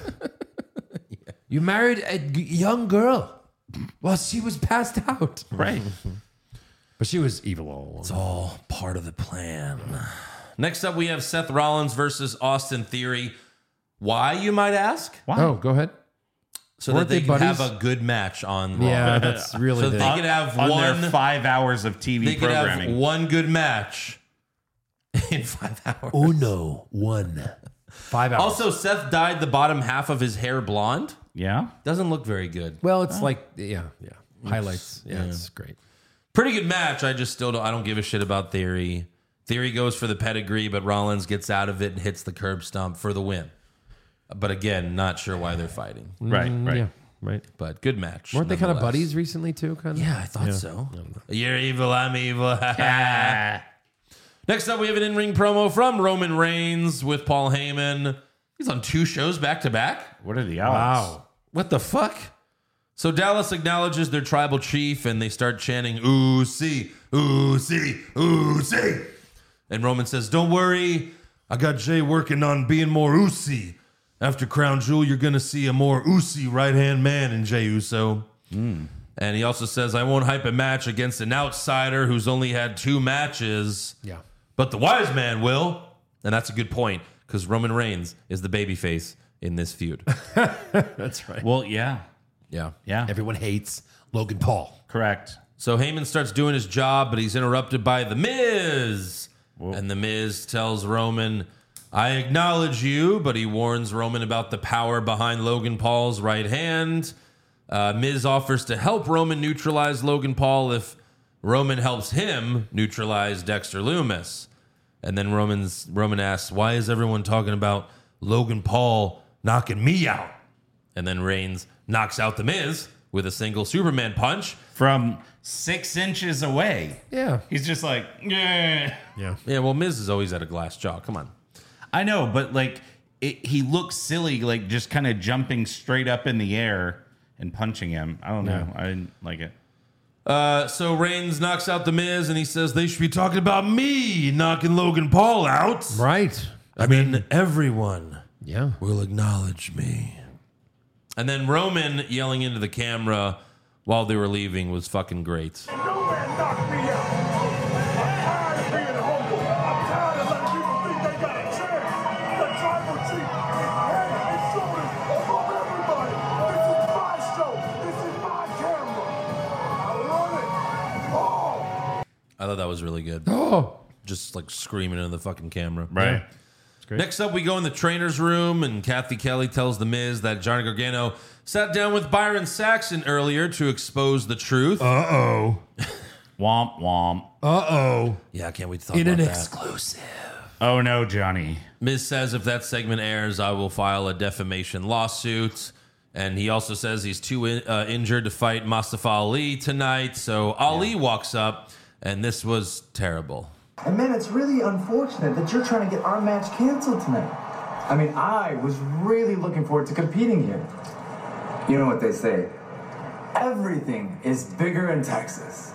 You married a g- young girl while she was passed out. Right. But she was evil all along. It's all part of the plan. Next up, we have Seth Rollins versus Austin Theory. Why, you might ask? oh, go ahead. So Weren't that they, they can have buddies? a good match on Raw. Yeah, *laughs* that's really So the- they could have on one. their five hours of TV they could have programming. one good match *laughs* in five hours. Uno, one. Five hours. Also, Seth dyed the bottom half of his hair blonde. yeah. Doesn't look very good. well, it's like, yeah, yeah. Highlights. Yeah, it's great. Pretty good match. I just still don't. I don't give a shit about Theory. Theory goes for the pedigree, but Rollins gets out of it and hits the curb stomp for the win. But again, not sure why they're fighting. Right. Right. Yeah, right. But good match. Weren't they kind of nonetheless. buddies recently, too? Kind of? Yeah, I thought so. You're evil, I'm evil. *laughs* Ah. Next up, we have an in ring promo from Roman Reigns with Paul Heyman. He's on two shows back to back. What are the odds? What the fuck? So Dallas acknowledges their tribal chief and they start chanting, Ooh, see, ooh, see, ooh, see. And Roman says, Don't worry, I got Jay working on being more oozy. After Crown Jewel, you're going to see a more oozy right hand man in Jay Uso. And he also says, I won't hype a match against an outsider who's only had two matches, Yeah. but the wise man will. And that's a good point because Roman Reigns is the babyface in this feud. That's right. Well, yeah. yeah. Yeah. Everyone hates Logan Paul. Correct. So Heyman starts doing his job, but he's interrupted by The Miz. And The Miz tells Roman, I acknowledge you, but he warns Roman about the power behind Logan Paul's right hand. Uh, Miz offers to help Roman neutralize Logan Paul if Roman helps him neutralize Dexter Loomis. And then Roman's, Roman asks, Why is everyone talking about Logan Paul knocking me out? And then Reigns knocks out The Miz with a single Superman punch. From six inches away. Yeah. He's just like, yeah. Yeah, well, Miz is always at a glass jaw. Come on. I know, but like, it, he looks silly, like just kind of jumping straight up in the air and punching him. I don't know. I didn't like it. Uh, so Reigns knocks out the Miz, and he says they should be talking about me knocking Logan Paul out. Right. I mean, everyone Yeah. will acknowledge me. And then Roman yelling into the camera while they were leaving was fucking great. No man knocked me out. I'm tired of being humble. I'm tired of letting people think they got a chance. The tribal chief is head and shoulders above everybody. This is my show. This is my camera. I love it. Oh, I thought that was really good. Oh. Just like screaming into the fucking camera. Right. Next up, we go in the trainer's room, and Kathy Kelly tells The Miz that Johnny Gargano sat down with Byron Saxon earlier to expose the truth. Uh oh. Womp womp. Uh oh. yeah, I can't wait to talk In about an that. exclusive. Oh no, Johnny. Miz says if that segment airs, I will file a defamation lawsuit. And he also says he's too in, uh, injured to fight Mustafa Ali tonight. So Ali walks up, and this was terrible. And man, it's really unfortunate that you're trying to get our match canceled tonight. I mean, I was really looking forward to competing here. You know what they say everything is bigger in Texas.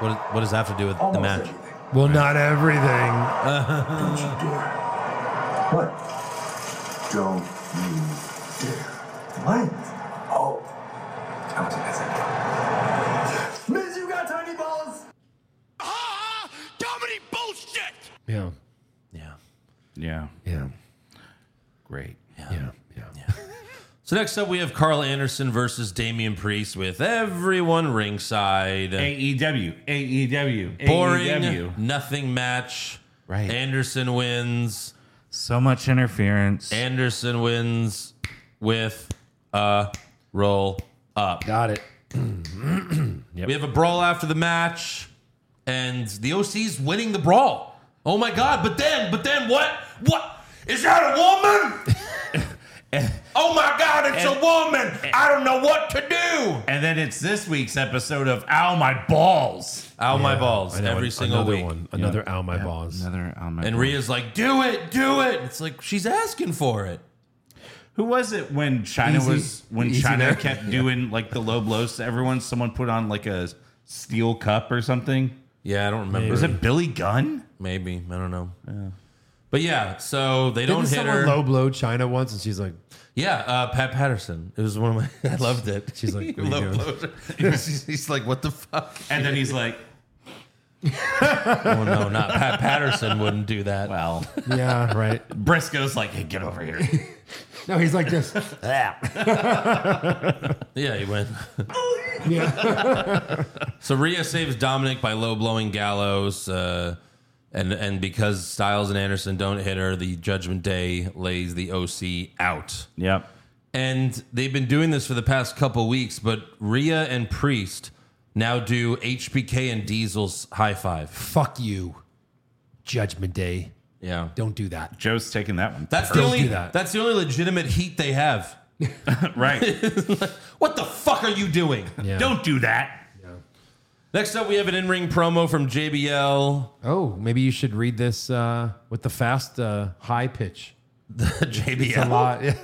What, what does that have to do with the Almost match? everything. Well, *laughs* not everything. don't you dare. What? Don't you dare. What? Oh. I was gonna say. Miz, you got tiny balls! Yeah. Yeah. Yeah. Yeah. Great. Yeah. Yeah. So next up, we have Carl Anderson versus Damian Priest with everyone ringside. E AEW. AEW. E Boring, AEW. nothing match. Right. Anderson wins. So much interference. Anderson wins with a roll up. Got it. We have a brawl after the match, and the OC's winning the brawl. Oh my god! But then, but then, what? What is that a woman? Oh my God, it's And- a woman. I don't know what to do. And then it's this week's episode of Ow My Balls. Ow My Balls, every single another week. One. Another Ow My Balls. Another Ow My And Balls. Rhea's like, do it, do it. It's like she's asking for it. Who was it when China Easy- was when easy China there. kept *laughs* Yeah. doing like the low blows to everyone? Someone put on like a steel cup or something. Yeah, I don't remember. Was it Billy Gunn? Maybe I don't know. But yeah, so they don't Didn't hit someone her. Low blow China once, and she's like, yeah, uh, Pat Patterson. It was one of my. *laughs* I loved it. She's *laughs* like, Low "What are you doing?" blow. *laughs* he's, he's like, what the fuck? And *laughs* then he's like, oh no, not *laughs* Pat Patterson wouldn't do that. Well, "Yeah, right." Briscoe's like, hey, get over here. No, he's like *laughs* this. yeah, he went. *laughs* yeah. So Rhea saves Dominic by low blowing Gallows, uh, and and because Styles and Anderson don't hit her, the Judgment Day lays the OC out. *laughs* Yep. And they've been doing this for the past couple weeks, but Rhea and Priest now do HBK and Diesel's high five. Fuck you, Judgment Day. Yeah, Don't do that. Joe's taking that one. that's the Don't only do that. that's the only legitimate heat they have. right. What the fuck are you *laughs* doing? Yeah. *laughs* Don't do that. Next up, we have an in ring promo from JBL. Oh, maybe you should read this uh, with the fast uh, high pitch. *laughs* It's a JBL. lot, *laughs* yeah.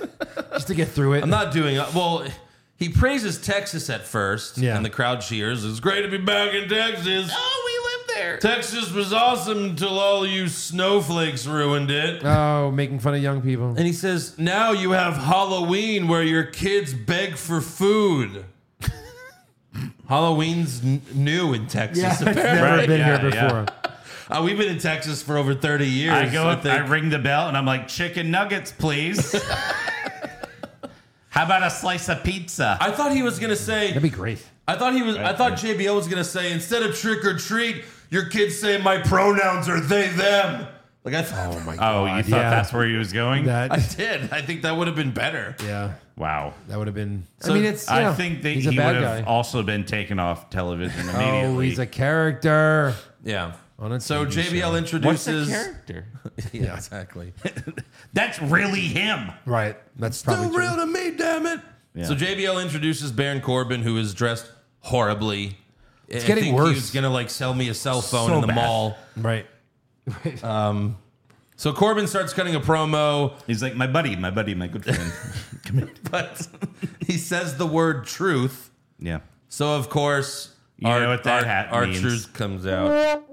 just to get through it. I'm not doing well. He praises Texas at first, Yeah. and the crowd cheers. It's great to be back in Texas. Oh, we live there. Texas was awesome until all you snowflakes ruined it. Oh, making fun of young people. And he says, Now you have Halloween where your kids beg for food. *laughs* Halloween's n- new in Yeah, Texas. I've apparently. never Right, been yeah, here yeah. before. Uh, we've been in Texas for over 30 years. I go up, I think. ring the bell, and I'm like, chicken nuggets, *laughs* please. How about a slice of pizza? I thought he was going to say, That'd be great. I thought he was. I thought JBL was gonna say instead of trick or treat, your kids say my pronouns are they them. Like I thought. Oh my god. Oh, you thought yeah. that's where he was going? *laughs* *laughs* That, I did. I think that would have been better. yeah, wow. that would have been. So I mean, it's. I yeah, think that he's he a would bad have guy. also been taken off television immediately. Oh, he's a character. Yeah. On a so TV JBL show. What's the introduces. character? yeah, exactly. That's really him. Right. That's probably Still real to true. me, damn it. Yeah. So JBL introduces Baron Corbin, who is dressed horribly. It's getting worse. He's gonna like sell me a cell phone So in the bad. mall. Right. So Corbin starts cutting a promo. *laughs* He's like my buddy, my buddy, my good *laughs* friend. Come here. but he says the word truth. Yeah. So of course, You know what that hat our means. truth comes out.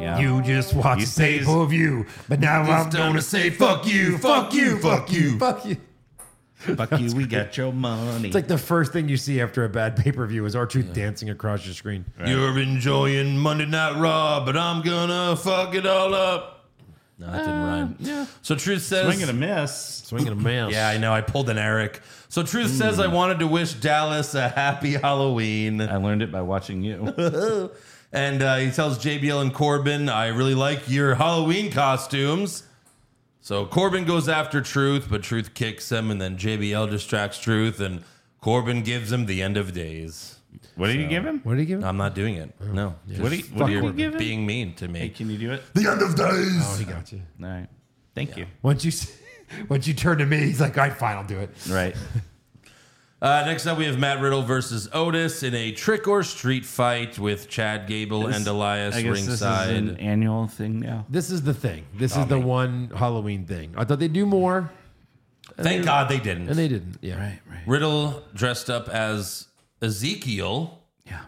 Yeah. You just watched You you say- Staple View, but now I'm Just gonna gonna say say fuck you, fuck you, fuck you. Fuck you. fuck you. We got your money. It's like the first thing you see after a bad pay per view is R Truth dancing across your screen. You're enjoying Monday Night Raw, but I'm gonna fuck it all up. No, that didn't rhyme. Yeah. So truth says. swing and a miss. Swinging a mouse. yeah, I know. I pulled an Eric. So truth says I wanted to wish Dallas a happy Halloween. I learned it by watching you. And uh, he tells JBL and Corbin, I really like your Halloween costumes. So Corbin goes after Truth, but Truth kicks him, and then JBL distracts Truth, and Corbin gives him the end of days. *laughs* What did you give him? What did he give? him? I'm not doing it. No. What do you- what do you you're give him? being mean to Hey, me. can you do it? The end of days. Oh, he got you. All right. Thank you. Once you, s- *laughs* once you turn to me, he's like, "All right, fine, I'll do it." *laughs* Right. Uh, next up, we have Matt Riddle versus Otis in a trick or street fight with Chad Gable and Elias I guess ringside. this is an annual thing now. This is the thing. This is the one Halloween thing. I thought they'd do more, Thank God they didn't. and they didn't. Yeah. Right. Right. Riddle dressed up as Ezekiel. Yeah.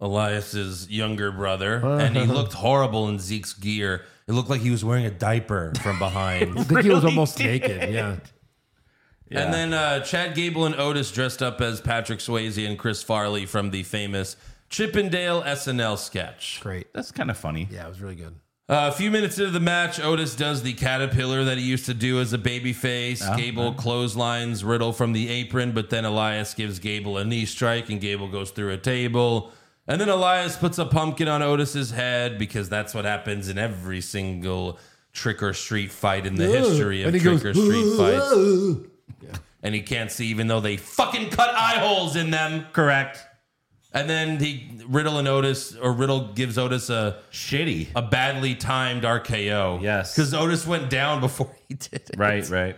Elias's younger brother, and he looked horrible in Zeke's gear. It looked like he was wearing a diaper from I behind. think he was almost naked. Yeah. And then uh, Chad Gable and Otis dressed up as Patrick Swayze and Chris Farley from the famous Chippendale SNL sketch. Great. That's kind of funny. Yeah, it was really good. Uh, a few minutes into the match, Otis does the caterpillar that he used to do as a babyface. Gable clotheslines Riddle from the apron, but then Elias gives Gable a knee strike and Gable goes through a table. And then Elias puts a pumpkin on Otis's head because that's what happens in every single trick or street fight in the history of And he trick goes, or street fights. "Ugh." And he can't see even though they fucking cut eye holes in them. Correct. And then he Riddle and Otis, or Riddle gives Otis a shitty, *laughs* a badly timed RKO. Yes, because Otis went down before he did it. Right, right.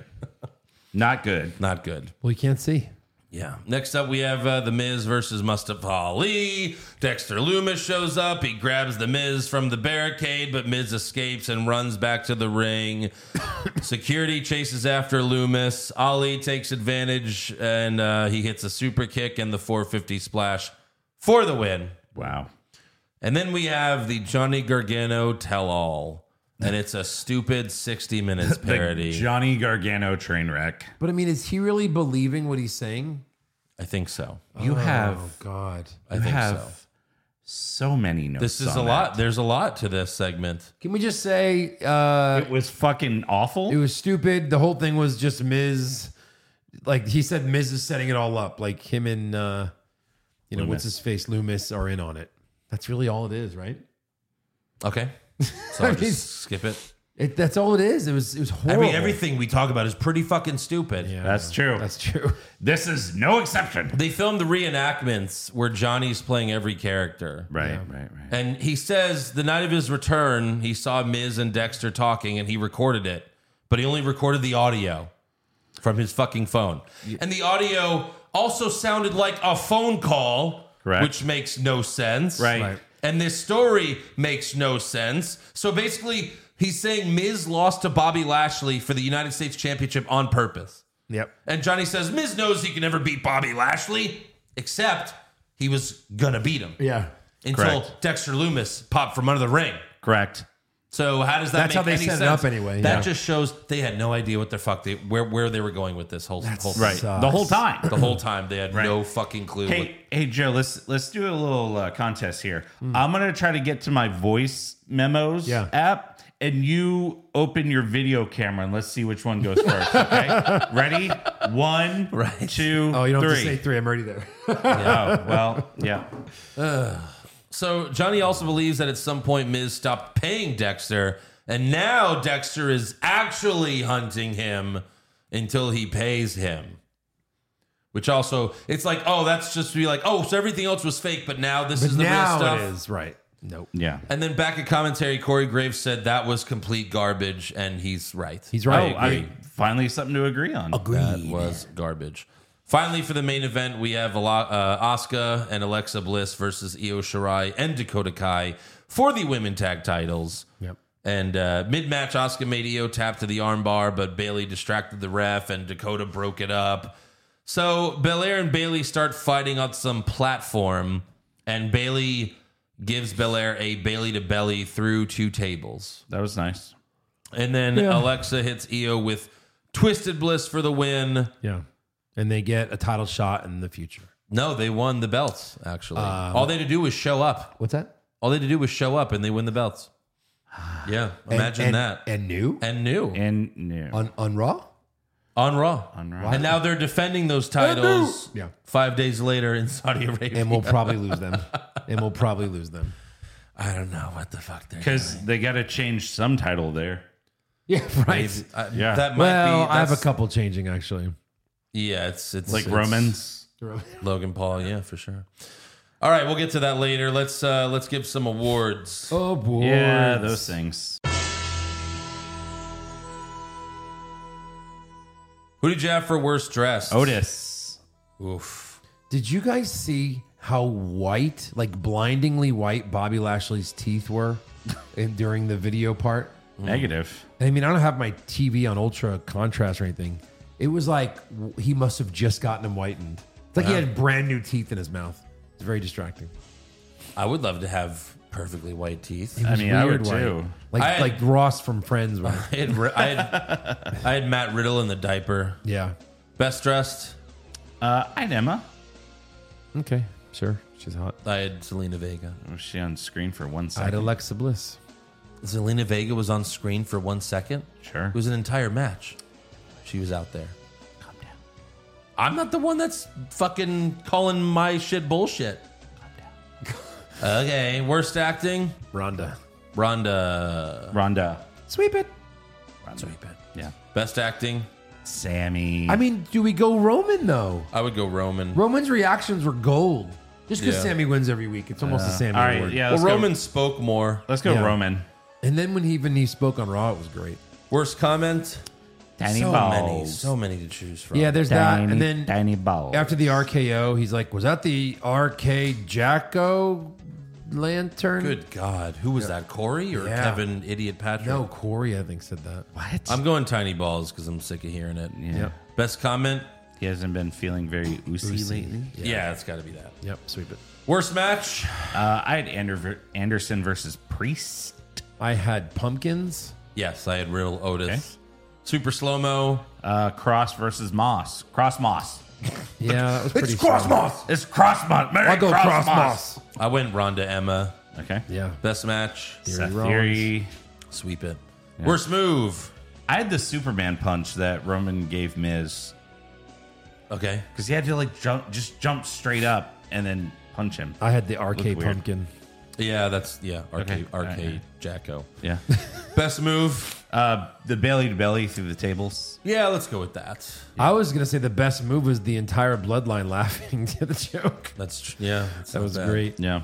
Not good. Not good. Well, you can't see. Yeah. Next up, we have uh, The Miz versus Mustafa Ali. Dexter Loomis shows up. He grabs The Miz from the barricade, but Miz escapes and runs back to the ring. *coughs* Security chases after Loomis. Ali takes advantage and uh, he hits a super kick and the 450 splash for the win. Wow. And then we have the Johnny Gargano tell all. And it's a stupid 60 Minutes The parody. Johnny Gargano train wreck. But I mean, is he really believing what he's saying? I think so. You oh, have- God. I You think have so. so many notes. This is on a that. lot. There's a lot to this segment. Can we just say uh, It was fucking awful. it was stupid? The whole thing was just Miz. Like he said, Miz is setting it all up. Like him and uh, you know what's Loomis. his face, Loomis, are in on it. That's really all it is, right? Okay. So I'll I just mean- skip it. It, that's all it is. It was it was I horrible. mean, everything we talk about is pretty fucking stupid. That's true. That's true. This is no exception. They filmed the reenactments where Johnny's playing every character. Right, right, right. And he says the night of his return, he saw Miz and Dexter talking and he recorded it, but he only recorded the audio from his fucking phone. And the audio also sounded like a phone call, Correct. which makes no sense. Right. Right. And this story makes no sense. So basically, he's saying Miz lost to Bobby Lashley for the United States Championship on purpose. Yep. And Johnny says, Miz knows he can never beat Bobby Lashley, except he was gonna beat him *laughs* Yeah. until Correct. Dexter Loomis popped from under the ring. Correct. So how does that That's make how they any set it sense? up anyway, That yeah. just shows they had no idea what the fuck they where where they were going with this whole whole Right. Sucks. The whole time. The whole time they had Right. no fucking clue. *laughs* Hey, hey, Joe. Let's let's do a little uh, contest here. I'm gonna try to get to my voice memos Hmm. Yeah. app, and you open your video camera, and let's see which one goes *laughs* first. Okay, ready? One, Right. two, Oh, you don't have three. to say three. I'm already *laughs* there. Oh, well, yeah. What. So Johnny also believes that at some point Miz stopped paying Dexter, and now Dexter is actually hunting him until he pays him. Which also, it's like, oh, that's just be like, oh, so everything else was fake, but now this but is the real now stuff. it is right. Nope. Yeah. And then back at commentary, Corey Graves said that was complete garbage, and he's right. He's Oh, right. Oh. I finally something to agree on. that was garbage. Finally, for the main event, we have a lot, uh, Asuka and Alexa Bliss versus Io Shirai and Dakota Kai for the women tag titles. Yep. And uh, mid match, Asuka made Io tap to the armbar, but Bailey distracted the ref, and Dakota broke it up. So Belair and Bailey start fighting on some platform, and Bailey gives Belair a Bailey to belly through two tables. That was nice. And then Yeah. Alexa hits Io with Twisted Bliss for the win. Yeah. And they get a title shot in the future. No, they won the belts, actually. Uh, All they had to do was show up. What's that? All they had to do was show up and they win the belts. Yeah, imagine and, that. And, And new new And new. on on Raw. on Raw. On Raw. And now they're defending those titles Yeah. five days later in Saudi Arabia. And we'll probably *laughs* lose them. and we'll probably lose them. I don't know what the fuck they're doing. Because they got to change some title there. Yeah. Right. I- Yeah. That might well, be. I have a that's- couple changing actually. Yeah, it's it's Like it's- Romans. Logan Paul. Yeah, for sure. All right, we'll get to that later. Let's uh let's give some awards. Oh boy. Yeah, those things. Who did you have for worst dress? Otis. Oof. Did you guys see how white, like blindingly white, Bobby Lashley's teeth were in, during the video part? Negative. I mean, I don't have my TV on ultra contrast or anything. It was like w- he must have just gotten them whitened. It's like he had brand new teeth in his mouth. It's very distracting. I would love to have perfectly white teeth. I It's mean, I weird would white. too. Like I- like Ross from Friends. Right? *laughs* I had, I had, I had Matt Riddle in the diaper. yeah. Best dressed, Uh, hi, Emma. Okay. Sure. She's hot. I had Selena Vega. Was she on screen for I one had second? Alexa Bliss. Selena Vega was on screen for one second. Sure. It was an entire match. She was out there. Calm down. I'm not the one that's fucking calling my shit bullshit. Calm down. *laughs* okay. Worst acting, Rhonda. Rhonda. Rhonda. Sweep it. Sweep it. Yeah. Best acting, Sammy. I mean, do we go Roman though? I would go Roman. Roman's reactions were gold. Just because Yeah. Sammy wins every week, it's almost the Yeah. same All right, award. yeah, let's Well, go- Roman spoke more. Let's go Roman. And then when he even he spoke on Raw, it was great. Worst comment? Danny so many, Balls. so many to choose from. Yeah, there's that. And then after the RKO, he's like, "Was that the RK Jacko Lantern?" Good God, who was that? Corey or Yeah. Kevin Idiot Patrick? No, Corey, I think said that. What? I'm going tiny balls because I'm sick of hearing it. Yeah. Yep. Best comment? He hasn't been feeling very oosy, Oosy. lately. Yeah, it's got to be that. Yep, sweep it. Worst match? Uh, I had Ander- Anderson versus Priest. I had Pumpkins. Yes, I had real Otis. Super slow mo. Uh, Cross versus Moss. Cross Moss. Yeah, that was pretty. solid. It's Cross Moss. Merry I'll go Cross, Cross Moss. I went Ronda Emma. Okay. Yeah. Best match? Theory Seth Rollins. Theory. Sweep it. Yeah. Worst move? I had the Superman punch that Roman gave Miz Okay. because he had to like jump, just jump straight up and then punch him. I had the RK Looked weird. Pumpkin. Yeah, that's, yeah, RK, Okay. RK All right. Jacko. Yeah. Best move? Uh, *laughs* the belly to belly through the tables. Yeah, let's go with that. I was gonna say the best move was the entire bloodline *laughs* laughing to the joke. That's, tr- yeah. that's That not was bad. great. Yeah.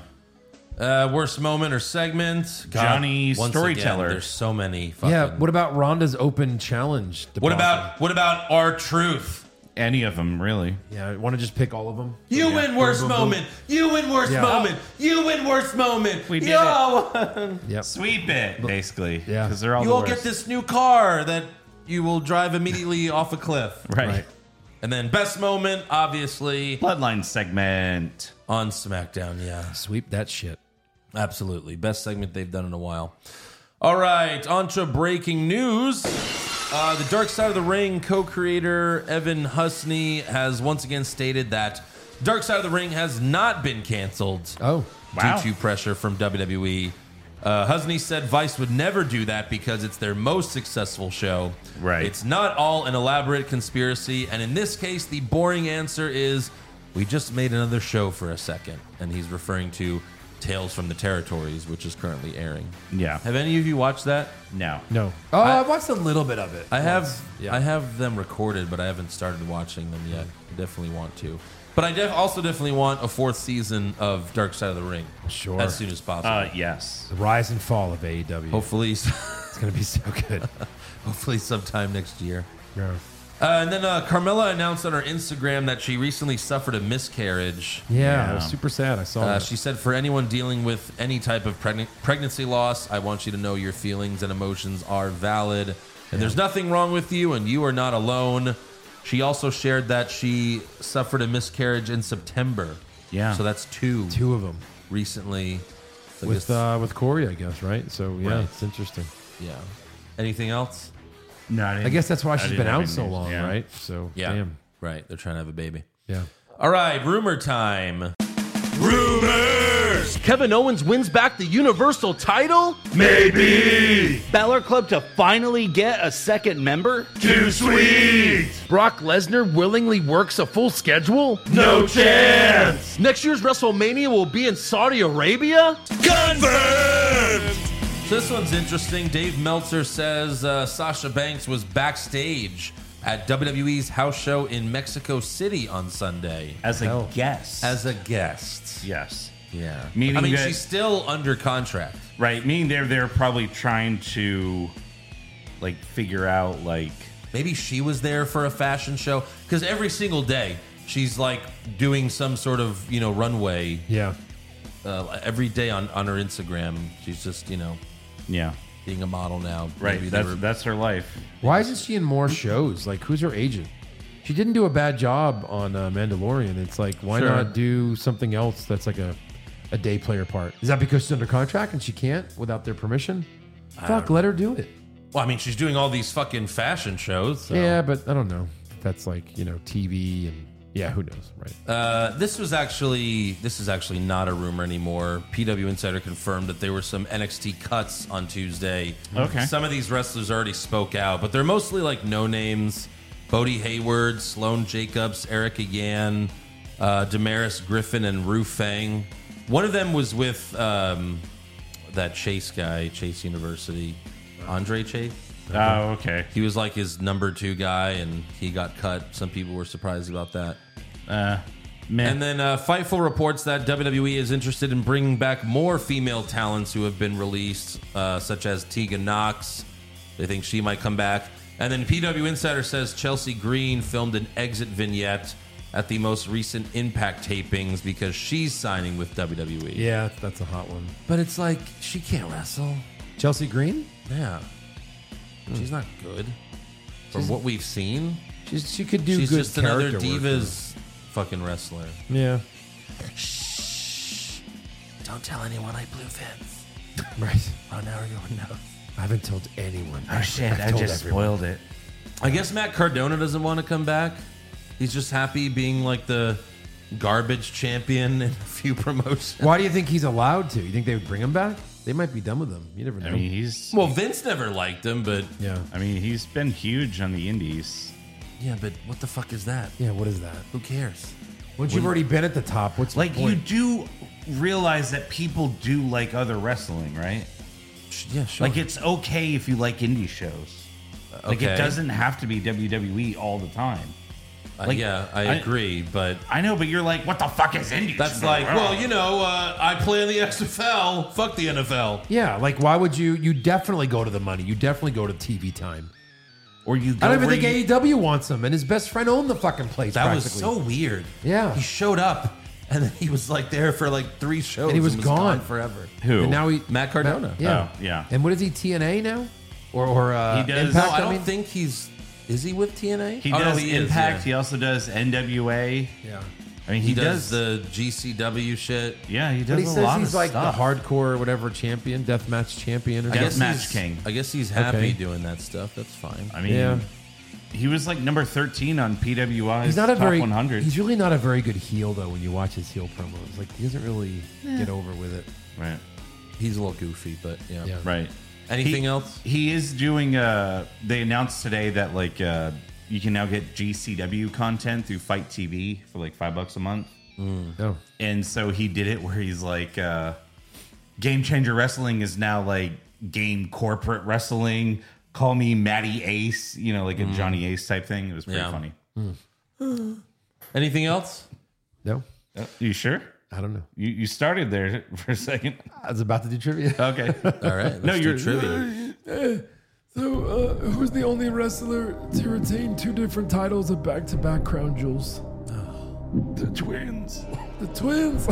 Uh, worst moment or segment? Johnny once Storyteller. there's so many. Fucking, Yeah. What about Ronda's open challenge? What debacle? about what about our truth? Any of them, really. Yeah, I want to just pick all of them. You Yeah. win worst Boom, boom, boom. moment. You win worst Yeah. moment. You win worst moment. We did Yo, Yep. Sweep it, basically. Yeah. Because they're all you the all get worst. this new car that you will drive immediately off a cliff. Right. Right. And then best moment, obviously, Bloodline segment. on SmackDown. Yeah, Sweep that shit. absolutely. Best segment they've done in a while. All right, on to breaking news. Uh, the Dark Side of the Ring co creator Evan Husney has once again stated that Dark Side of the Ring has not been canceled. Oh. Wow. due to pressure from WWE. Uh, Husney said Vice would never do that because it's their most successful show. Right. It's not all an elaborate conspiracy. And in this case, the boring answer is we just made another show for a second. And he's referring to Tales from the Territories, which is currently airing. Yeah. Have any of you watched that? No. No. Oh, I, watched a little bit of it. I have Yeah. I have them recorded, but I haven't started watching them yet. I definitely want to. But I def- also definitely want a fourth season of Dark Side of the Ring. Sure. As soon as possible. Uh, yes. the rise and fall of AEW. Hopefully, It's gonna be so good. *laughs* hopefully sometime next year. yeah. Uh, and then uh, Carmella announced on her Instagram that she recently suffered a miscarriage. I was super sad. I saw Uh, that. she said, "For anyone dealing with any type of pregn- pregnancy loss, I want you to know your feelings and emotions are valid, and there's nothing wrong with you, and you are not alone." She also shared that she suffered a miscarriage in September. Yeah. so that's two, two of them recently. So I with guess- uh, with Corey, I guess. Right. So yeah, Right. it's interesting. yeah. Anything else? No. I guess that's why I she's didn't been have out any so news. long, Yeah. right? So Yeah, damn. right. They're trying to have a baby. Yeah. All right, rumor time. Rumors! Kevin Owens wins back the Universal title? Balor Club to finally get a second member? Too sweet! Brock Lesnar willingly works a full schedule? No chance! Next year's WrestleMania will be in Saudi Arabia? So this one's interesting. Dave Meltzer says uh, Sasha Banks was backstage at WWE's house show in Mexico City on Sunday As a guess. as a guest. yes. Yeah. Meaning I mean, that- she's still under contract. Right. Meaning they're they're probably trying to like figure out like Maybe she was there for a fashion show because every single day she's like doing some sort of you know runway Yeah. uh, every day on on her Instagram. She's just you know yeah. being a model now. Right. Maybe they that's were- that's her life. Why isn't she in more shows? Like, who's her agent? She didn't do a bad job on uh, Mandalorian. It's like, why Sure. not do something else that's like a, a day player part? Is that because she's under contract and she can't without their permission? Fuck, let her do it. well, I mean, she's doing all these fucking fashion shows. so- Yeah, but I don't know. That's like, you know, TV and yeah, who knows, right? Uh, this was actually this is actually not a rumor anymore. PW Insider confirmed that there were some NXT cuts on Tuesday. Okay. Some of these wrestlers already spoke out, but they're mostly like no names: Bodie Hayward, Sloane Jacobs, Erica Yan, uh, Damaris Griffin, and Rue Fang. One of them was with um, that Chase guy, Chase University, Andre Chase. Oh, okay. He was like his number two guy, and he got cut. Some people were surprised about that. Uh, And then uh, Fightful reports that WWE is interested in bringing back more female talents who have been released, uh, such as Tegan Knox. They think she might come back. And then PW Insider says Chelsea Green filmed an exit vignette at the most recent Impact tapings because she's signing with WWE. Yeah, that's a hot one. But it's like she can't wrestle. Chelsea Green? Yeah. She's not good. From She's- what we've seen, she's, she could do She's good just another character work, divas fucking wrestler. Yeah. Don't tell anyone I blew Vince. *laughs* Right. Oh, now everyone knows. I haven't told anyone. Oh, shit, I've I told just everyone. spoiled it. I guess Matt Cardona doesn't want to come back. He's just happy being like the garbage champion in a few *laughs* promotions. Why do you think he's allowed to? You think they would bring him back? They might be done with him. You never know. I mean, he's Well, Vince never liked him, but yeah. I mean, he's been huge on the indies. Yeah, but what the fuck is that? Yeah, what is that? Who cares? Once you've Well, already been at the top, what's Like the point? you do realize that people do like other wrestling, right? Yeah, sure. Like it's okay if you like indie shows. Like okay. it doesn't have to be WWE all the time. Uh, yeah, I agree, but I know, but you're like, what the fuck is indie? That's show? like, well, you know, uh, I play in the XFL. Fuck the NFL. Yeah, like why would you? You definitely go to the money. You definitely go to TV time. Or you. I go don't even where think AEW wants him, and his best friend owned the fucking place. That was practically. so weird. Yeah, he showed up, and then he was like there for like three shows, and he was, gone. forever. And now he Matt Cardona. yeah, Oh, yeah. And what is he TNA now? Or or uh, He does- Impact? No, I I, don't mean, think he's. Is he with TNA? He Oh, no, does he is, Impact. yeah. He also does NWA. Yeah. I mean, He, he, does, the GCW shit. Yeah, he but he says he's like the hardcore whatever champion, deathmatch champion, or I guess something. he's- I guess he's happy Okay. doing that stuff. That's fine. I mean, Yeah. he was like number 13 on PWI's He's not a top very. 100. He's really not a very good heel though. When you watch his heel promos, like he doesn't really Eh. get over with it. Right. He's a little goofy, but yeah. Yeah. Right. Anything He- else? He is doing. Uh, they announced today that like uh, you can now get GCW content through Fight TV for like five bucks a month. Oh. And so he did it where he's like, uh, Game Changer Wrestling is now like game corporate wrestling. Call me Matty Ace, you know, like a Mm. Johnny Ace type thing. It was pretty Yeah. funny. Anything else? No. You sure? I don't know. You you started there *laughs* for a second. I was about to *laughs* do trivia. Okay. *laughs* All right, no, let's do you're trivia. Eh, So, uh, who's the only wrestler to retain two different titles of back to back crown jewels? The twins. The twins!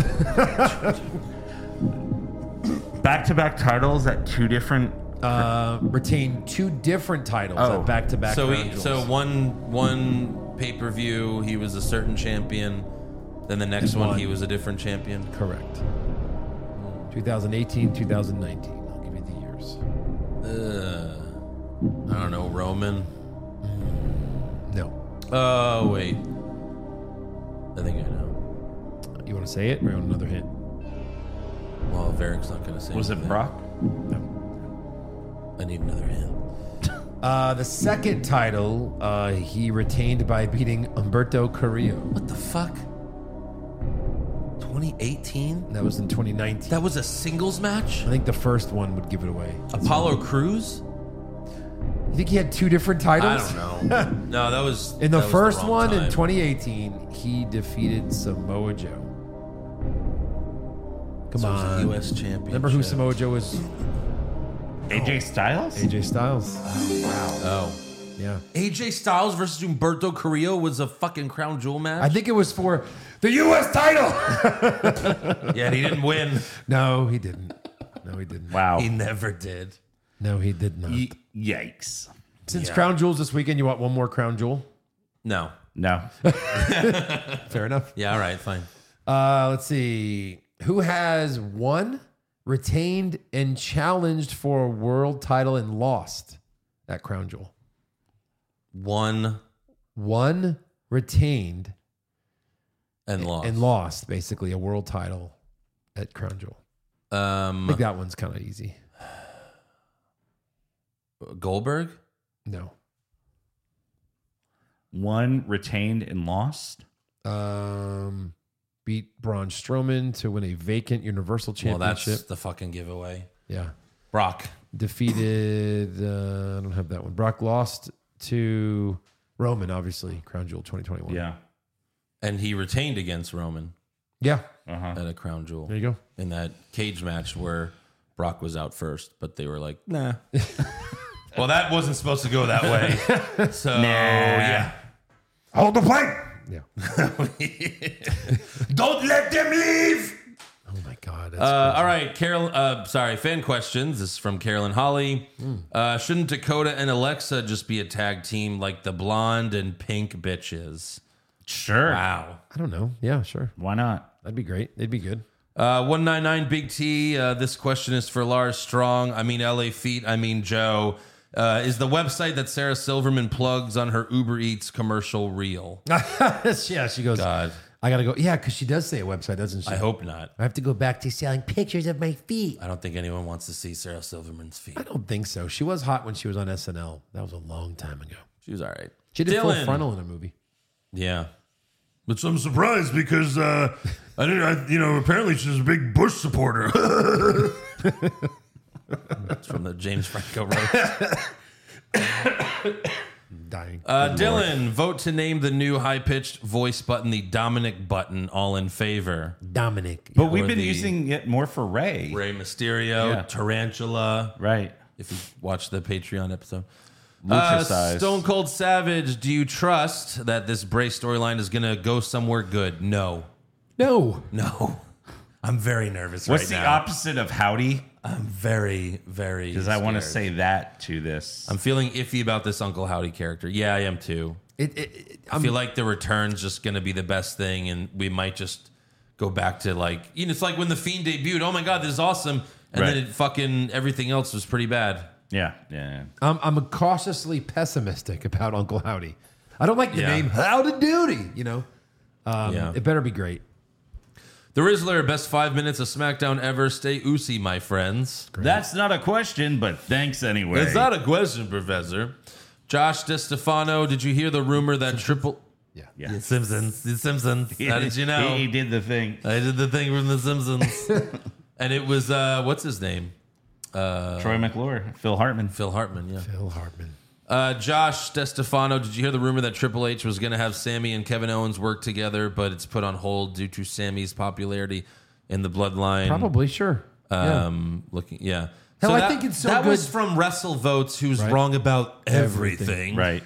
Back to back titles at two different. Uh, retain two different titles Oh. at back to back. So he, so one one pay per view, he was a certain champion. Then the next And one, one. he was a different champion. Correct. 2018, 2019. I'll give you the years. Uh, I don't know, Roman. No. Oh wait, I think I know. You want to say it or you want another hint? Well, Varick's not gonna say. Was it anything. Brock? I need another hint. Uh, the second title uh, he retained by beating Umberto Carrillo. What the fuck? 2018? That was in 2019. That was a singles match. I think the first one would give it away. Apollo Cruz? You think he had two different titles? I don't *laughs* know. no, that was In the that was first wrong one in time. 2018, he defeated Samoa Joe. Come So it was a on, US champion. Remember who Samoa Joe was? AJ Styles? AJ Styles. Oh. Yeah. AJ Styles versus Humberto Carrillo was a fucking crown jewel match. I think it was for the U.S. title. yeah, and he didn't win. *laughs* No, he didn't. No, he didn't. Wow. He never did. No, he did not. Yikes. Since Yeah. Crown Jewels this weekend, you want one more Crown Jewel? No. No. *laughs* Fair enough. Yeah, all right, fine. Uh, let's see. Who has won, retained, and challenged for a world title and lost that Crown Jewel? One One retained and lost. and lost, basically, a world title at Crown Jewel. I um think that one's kind of easy. Goldberg? No. One retained and lost. Um, beat Braun Strowman to win a vacant Universal Well, Championship. that's the fucking giveaway. Yeah. Brock. Defeated. Uh, I don't have that one. Brock lost to Roman, obviously. Crown Jewel 2021. Yeah. and he retained against Roman. Yeah. at a crown jewel. There you go. In that cage match where Brock was out first, but they were like, *laughs* Nah. well, that wasn't supposed to go that way. So Nah. yeah, hold the plate. Oh Yeah. Don't let them leave. Uh, all right, Carol. Uh, sorry, fan questions. This is from Carolyn Holly. Uh, shouldn't Dakota and Alexa just be a tag team like the blonde and pink bitches? Sure. Wow. I don't know. Yeah, sure. Why not? That'd be great. It'd be good. *laughs* Uh, 199 Big T. Uh, this question is for Lars Strong. I mean, LA Feet. I mean, Joe. Uh, is the website that Sarah Silverman plugs on her Uber Eats commercial real? yeah, she goes. God. I gotta go. Yeah, because she does say a website, doesn't she? I hope not. I have to go back to selling pictures of my feet. I don't think anyone wants to see Sarah Silverman's feet. I don't think so. She was hot when she was on SNL. That was a long time ago. She was all right. She did full Dylan. frontal in a movie. Yeah. But I'm surprised because uh, I didn't. I, you know, apparently she's a big Bush supporter. *laughs* That's from the James Franco *laughs* roast. Dying. Uh, Dylan, vote to name the new high pitched voice button the Dominic button. All in favor. Dominic. But we've Or been the using it more for Ray. Rey Mysterio, Yeah. Tarantula. Right. If you watch the Patreon episode. Uh, Lucha-sized. Stone Cold Savage, do you trust that this Bray storyline is going to go somewhere good? No. No. No. *laughs* I'm very nervous What's right the now. opposite of howdy? I'm very, very. Because I want to scared. say that to this. I'm feeling iffy about this Uncle Howdy character. Yeah, I am too. It, it, it- I feel like the return's just going to be the best thing, and we might just go back to like, you know, it's like when the Fiend debuted. Oh my God, this is awesome, and then it Right. fucking everything else was pretty bad. yeah, yeah. I'm, I'm cautiously pessimistic about Uncle Howdy. I don't like the Yeah. name Howdy Doody. You know, um, Yeah. it better be great. The Rizzler, best five minutes of SmackDown ever. Stay oozy, my friends. That's not a question, but thanks anyway. It's not a question, Professor. Josh DeStefano, did you hear the rumor that Triple? Yeah. Yeah. The Simpsons. The Simpsons. How did you know? *laughs* He, he did the thing. I did the thing from The *laughs* Simpsons, and it was uh, what's his name? Uh, Troy McClure, Phil Hartman. Phil Hartman. Yeah. Bill Hartman. Uh, Josh DeStefano, did you hear the rumor that Triple H was going to have Sammy and Kevin Owens work together, but it's put on hold due to Sammy's popularity in the Bloodline? Probably sure. Yeah. Um, Looking, yeah. Hell, I that, think it's so that good- was from Wrestle Votes, who's Right. wrong about Everything. everything, Right.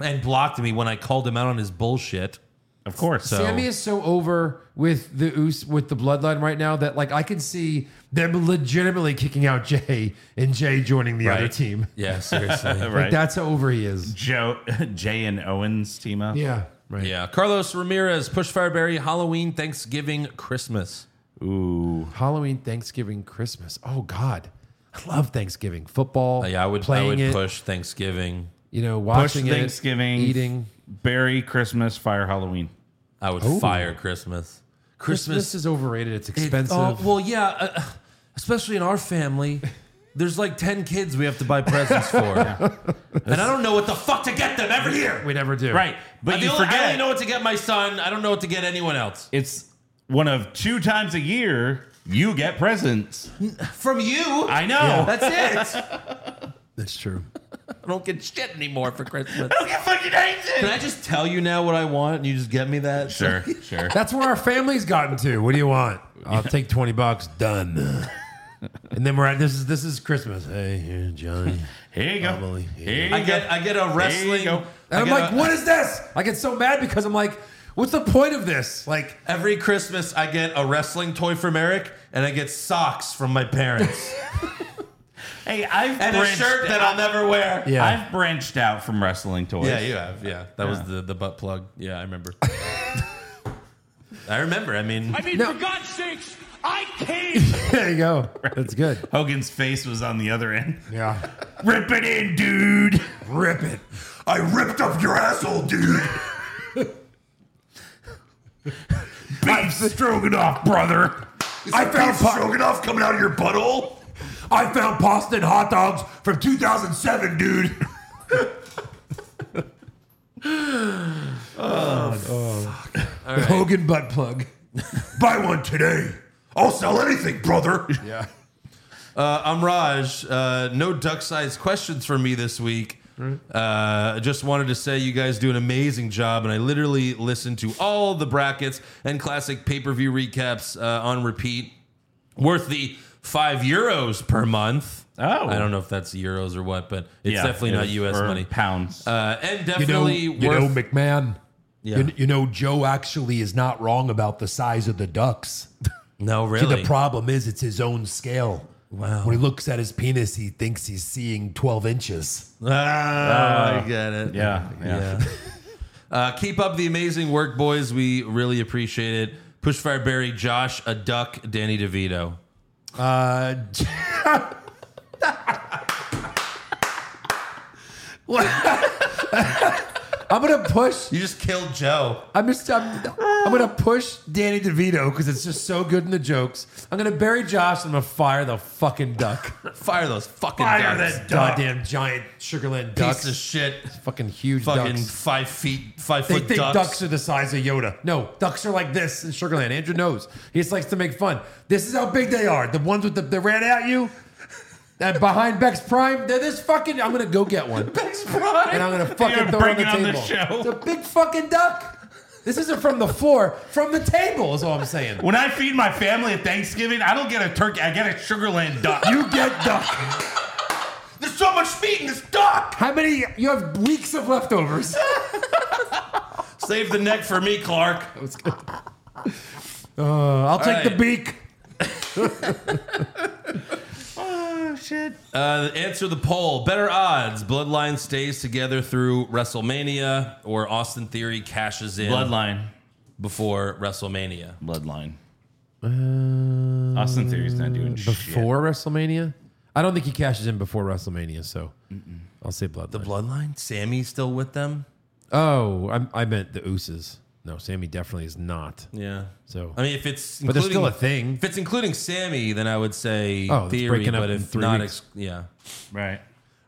and blocked me when I called him out on his bullshit. Of course. So Sammy is so over with the Us with the bloodline right now that like I can see them legitimately kicking out Jay and Jay joining the other Right. team. yeah, seriously, Like Right. that's how over he is. Joe, *laughs* Jay and Owens team up. Yeah. *laughs* Right. yeah. Carlos Ramirez, Push Fireberry, Halloween, Thanksgiving, Christmas. Ooh. Halloween, Thanksgiving, Christmas. Oh God. I love Thanksgiving. Football. Uh, yeah, I would, I playing would it, push Thanksgiving. you know, Push watching it, Thanksgiving. eating. Bury Christmas, fire Halloween. I would Oh. fire Christmas. Christmas, Christmas is overrated. It's It- expensive. oh, well, yeah, uh, especially in our family. There's like 10 kids we have to buy presents *laughs* for. And I don't know what the fuck to get them every year. we never do. Right. But I you feel- I forget only know what to get my son. I don't know what to get anyone else. it's one of two times a year you get presents. From you. I know. *laughs* That's it. That's true. *laughs* I don't get shit anymore for Christmas. I don't get fucking anything. Can I just tell you now what I want and you just get me that? *laughs* Sure, sure. That's where our family's gotten to. What do *laughs* you want? I'll take twenty bucks. Done. and then we're at this is this is Christmas. Hey, here, Johnny. Here you go. Probably. Here you I go. get I get a There wrestling. you go. *laughs* And I I'm get like, a- what is this? I get so mad because I'm like, what's the point of this? Like, Every Christmas I get a wrestling toy from Eric and I get socks from my parents. Hey, I've and a branched shirt that I'll never wear. Yeah. I've branched out from wrestling toys. Yeah, you have. Yeah, that was the the butt plug. Yeah, *laughs* I remember. I remember. I mean, I mean, for God's sakes, I came. there you go. That's good. Hogan's face was on the other end. Yeah. *laughs* Rip it in, dude. Rip it. I ripped up your asshole, dude. Beef stroganoff, brother. I found stroganoff coming out of your butthole. I found pasta and hot dogs from 2007, dude. *laughs* Hogan butt plug. Buy one today. I'll sell anything, *laughs* brother. Yeah. uh, I'm Raj. Uh, no duck sized questions for me this week. Uh, I just wanted to say you guys do an amazing job, and I literally listen to all the brackets and classic pay per view recaps uh, on repeat, worth the five euros per month. Oh, I don't know if that's euros or what, but it's Yeah, definitely not it's- U.S. or money. Pounds. Uh, and definitely you know, worth. you know McMahon. Yeah. You, you know Joe actually is not wrong about the size of the ducks. No, See, really? the problem is it's his own scale. Wow. When he looks at his penis, he thinks he's seeing twelve inches. Ah, Ah, I get it. yeah, yeah. uh, keep up the amazing work, boys. We really appreciate it. Pushfire Barry, Josh, a duck, Danny DeVito. Uh, I'm gonna push. You just killed Joe. I'm just. I'm, I'm gonna push Danny DeVito because it's just so good in the jokes. I'm gonna bury Josh. and I'm gonna fire the fucking duck. *laughs* Fire those fucking Fire ducks. that duck. goddamn giant Sugarland Piece ducks. of shit. Fucking huge. Fucking ducks. five feet, five They foot think ducks. ducks. are the size of Yoda. No, ducks are like this in Sugarland. Andrew knows. He just likes to make fun. This is how big they are. The ones with the that ran at you. And behind Bex Prime, they're this fucking. I'm gonna go get *laughs* one. Bex Prime, and I'm gonna You're fucking throw it on the bringing on table. the show. It's a big fucking duck. This isn't from the floor, from the table is all I'm saying. *laughs* *laughs* When I feed my family at Thanksgiving, I don't get a turkey. I get a *laughs* Sugarland duck. You get duck. There's so much meat in this duck. How many? You have weeks of leftovers. Save the neck for me, Clark. That was good. Uh, I'll take the Alright. beak. Oh shit. Uh, answer the poll. Better odds. Bloodline stays together through WrestleMania or Austin Theory cashes in. Bloodline. Before WrestleMania. Bloodline. Uh, Austin Theory's not doing before shit. WrestleMania. I don't think he cashes in before WrestleMania, so I'll say Bloodline. The Bloodline? Sammy's still with them? Oh, I, I meant the Ooses. No, Sammy definitely is not. Yeah. So I mean, if it's but there's still a including- thing. If it's including Sammy, then I would say Oh, it's Theory. breaking up but in if three not, weeks. ex- yeah. Right.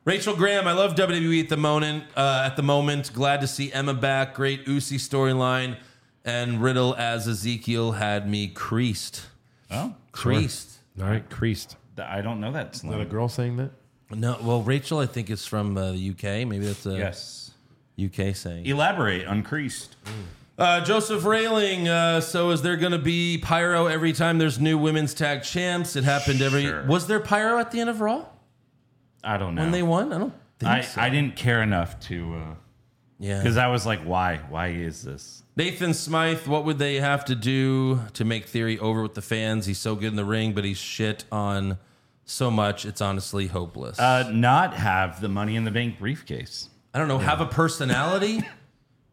Rachel Graham, I love WWE at the moment. Uh, at the moment, glad to see Emma back. Great Usi storyline, and Riddle as Ezekiel had me creased. Oh, creased. All right, creased. I don't know that. Slim. girl saying that? No, well, Rachel, I think is from uh, the UK. Maybe that's a Yes. UK saying. Elaborate. Uncreased. Uh, Joseph Railing. Uh, so, is there going to be pyro every time there's new women's tag champs? It happened every. Was there pyro at the end of Raw I don't know. when they won? I don't think I, so. I didn't care enough to. Uh, Yeah. Because I was like, why? Why is this? Nathan Smythe, what would they have to do to make Theory over with the fans? He's so good in the ring, but he's shit on so much. It's honestly hopeless. Uh, not have the money in the bank briefcase. I don't know. Have a *laughs* personality?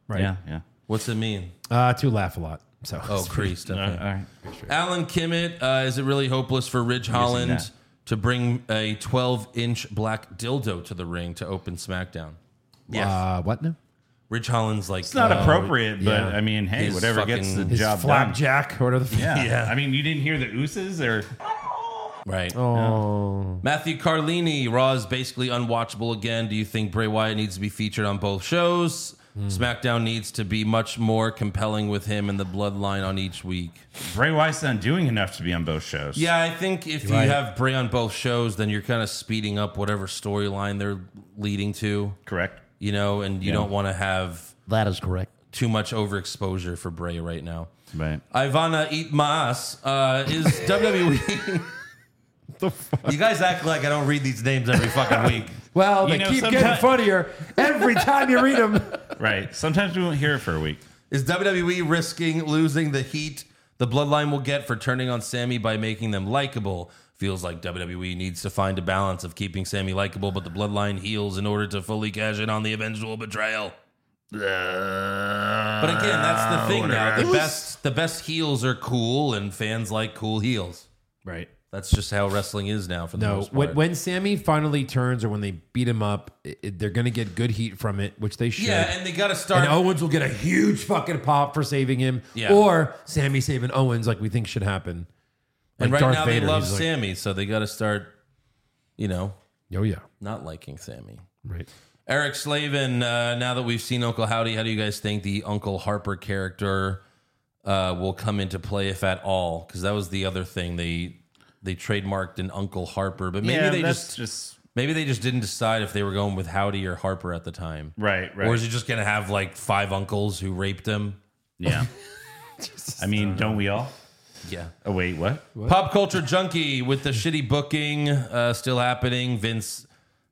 Right. Yeah. Yeah. What's it mean? Uh, to laugh a lot. So Oh, creased. Okay. all right. Alan Kimmett, uh, is it really hopeless for Ridge using Holland that. to bring a 12 inch black dildo to the ring to open SmackDown? Uh, what now? Ridge Holland's like. It's not uh, appropriate, but yeah. I mean, hey, His whatever gets the fucking- His job done. flapjack or whatever the. *laughs* Yeah. Yeah. I mean, you didn't hear the ooses or Right. Oh. Matthew Carlini, Raw is basically unwatchable again. Do you think Bray Wyatt needs to be featured on both shows? SmackDown needs to be much more compelling with him and the bloodline on each week. Bray Wyatt's not doing enough to be on both shows. Yeah, I think if you Right. have Bray on both shows, then you're kind of speeding up whatever storyline they're leading to. Correct. You know, and you Yeah. don't want to have That is correct. too much overexposure for Bray right now. Right. Ivana eat my ass. Uh, is WWE? You guys act like I don't read these names every fucking week. *laughs* Well, You they know, keep getting sometime- funnier every time you read them. Right. Sometimes we won't hear it for a week. Is WWE risking losing the heat the bloodline will get for turning on Sammy by making them likable? Feels like WWE needs to find a balance of keeping Sammy likable, but the bloodline heals in order to fully cash in on the eventual betrayal. But again, that's the thing now. The best the best heels are cool and fans like cool heels. Right. That's just how wrestling is now for the No, most part. when, when Sammy finally turns or when they beat him up, i- i- they're going to get good heat from it, which they should. Yeah, and they gotta start- And oh, Owens will get a huge fucking pop for saving him, Yeah. or Sammy saving Owens, like we think should happen. and Like right Darth now Vader, they love he's like- Sammy, so they gotta start, you know, oh yeah, not liking Sammy. right. Eric Slavin, uh, now that we've seen Uncle Howdy, how do you guys think the Uncle Harper character uh, will come into play, if at all? Because that was the other thing they they trademarked an Uncle Harper, but maybe Yeah, they just, that's just- Maybe they just didn't decide if they were going with Howdy or Harper at the time. Right, right. Or is he just going to have like five uncles who raped him? *laughs* Yeah. I mean, don't we all? Yeah. Oh wait, what? Pop culture junkie with the shitty booking uh, still happening. Vince,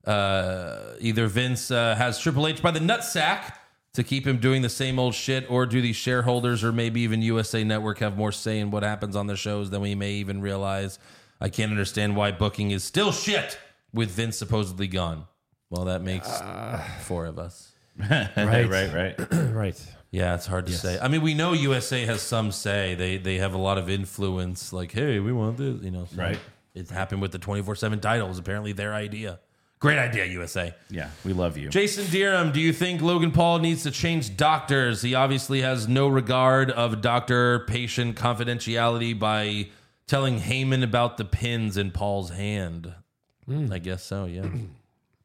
uh, either Vince uh, has Triple H by the nutsack to keep him doing the same old shit, or do these shareholders or maybe even USA Network have more say in what happens on their shows than we may even realize? I can't understand why booking is still shit with Vince supposedly gone. Well, that makes four of us. Right, right, right. right. Yeah, it's hard to Yes. say. I mean, we know USA has some say. They they have a lot of influence. Like, hey, we want this, you know. so *clears throat* Right. It happened with the twenty four seven title. It was apparently their idea. Great idea, USA. Yeah, we love you. Jason Deerham, do you think Logan Paul needs to change doctors? He obviously has no regard of doctor patient confidentiality by telling Heyman about the pins in Paul's hand. Hmm. I guess so. Yeah.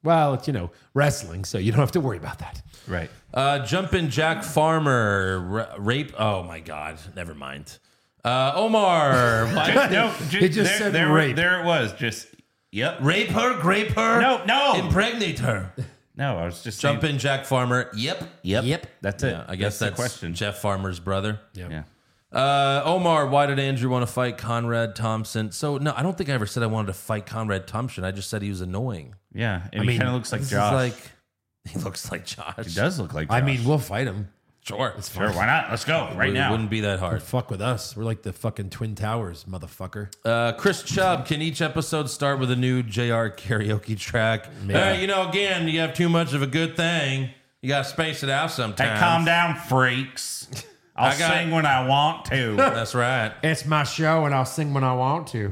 Well, it's, you know, wrestling, so you don't have to worry about that. Right. Uh, Jumpin' Jack Farmer ra- rape. Oh my God! Never mind. Uh, *laughs* Omar. why- *laughs* no, ju- there, there, There it was. Just yep. Rape her. Grape her. No, no. Impregnate her. No, I was just Jump saying- in, Jack Farmer. Yep. Yep. Yep. That's it. I guess That's that's, the question. Jeff Farmer's brother. Yeah. Uh, Omar, why did Andrew want to fight Conrad Thompson? So no, I don't think I ever said I wanted to fight Conrad Thompson. I just said he was annoying. Yeah, and I he mean, kinda looks like this is Josh. like *laughs* he looks like Josh. He does look like. I Josh. mean, we'll fight him. Sure. Sure, why not? Let's go right It now. Wouldn't be that hard. Don't fuck with us. We're like the fucking Twin Towers, motherfucker. Uh, Chris Chubb, can each episode start with a new JR karaoke track? Yeah. Hey, you know, again, you have too much of a good thing. You got to space it out sometimes. Hey, calm down, freaks. I'll I got- sing when I want to. *laughs* That's right. It's my show, and I'll sing when I want to.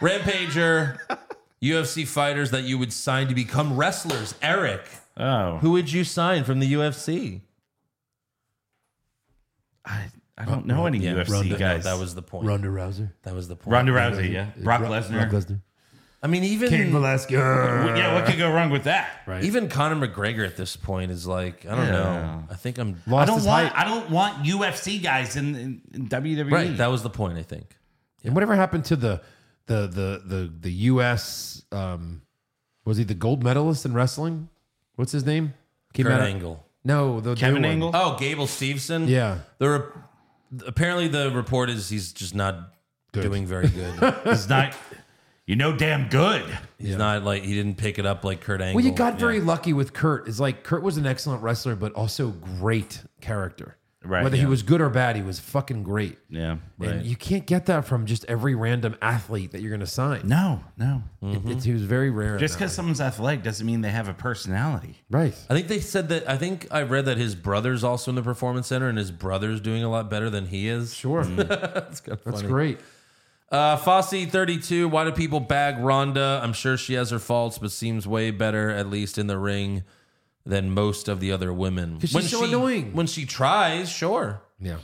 Rampager, *laughs* UFC fighters that you would sign to become wrestlers. Eric, oh, who would you sign from the UFC? I don't know any Oh, Yeah, UFC Ronda- no, guys. that was the point. *laughs* Ronda Rousey. That was the point. Ronda Rousey, yeah. Brock Lesnar. I mean, even Cain Velasquez. Yeah, what could go wrong with that? Right. even Conor McGregor at this point is like, I don't know. I think I'm I don't want. I don't want UFC guys in, in, in E. WWE. Right, that was the point. I think. And whatever happened to the the the the the U.S. Um, was he the gold medalist in wrestling? What's his name? Kurt of- Angle. No, the new one. Oh, Gable Stevenson. Yeah. The re- apparently the report is he's just not doing *laughs* very good. It's not. You know, damn good. he's not like he didn't pick it up like Kurt Angle. Well, you got Yeah. very lucky with Kurt. It's like Kurt was an excellent wrestler, but also great character. Right, Whether he yeah. was good or bad, he was fucking great. Yeah. And you can't get that from just every random athlete that you're going to sign. No, no. It- it's- he was very rare. in Mm-hmm. Just that because someone's athletic doesn't mean they have a personality. way. right. I think they said that. I think I read that his brother's also in the performance center, and his brother's doing a lot better than he is. Sure. *laughs* Mm-hmm. That's kind of That's funny. great. Uh, Fossey thirty two. Why do people bag Rhonda? I'm sure she has her faults, but seems way better, at least in the ring, than most of the other women. 'Cause she's When so she- annoying. When she tries, sure. Yeah.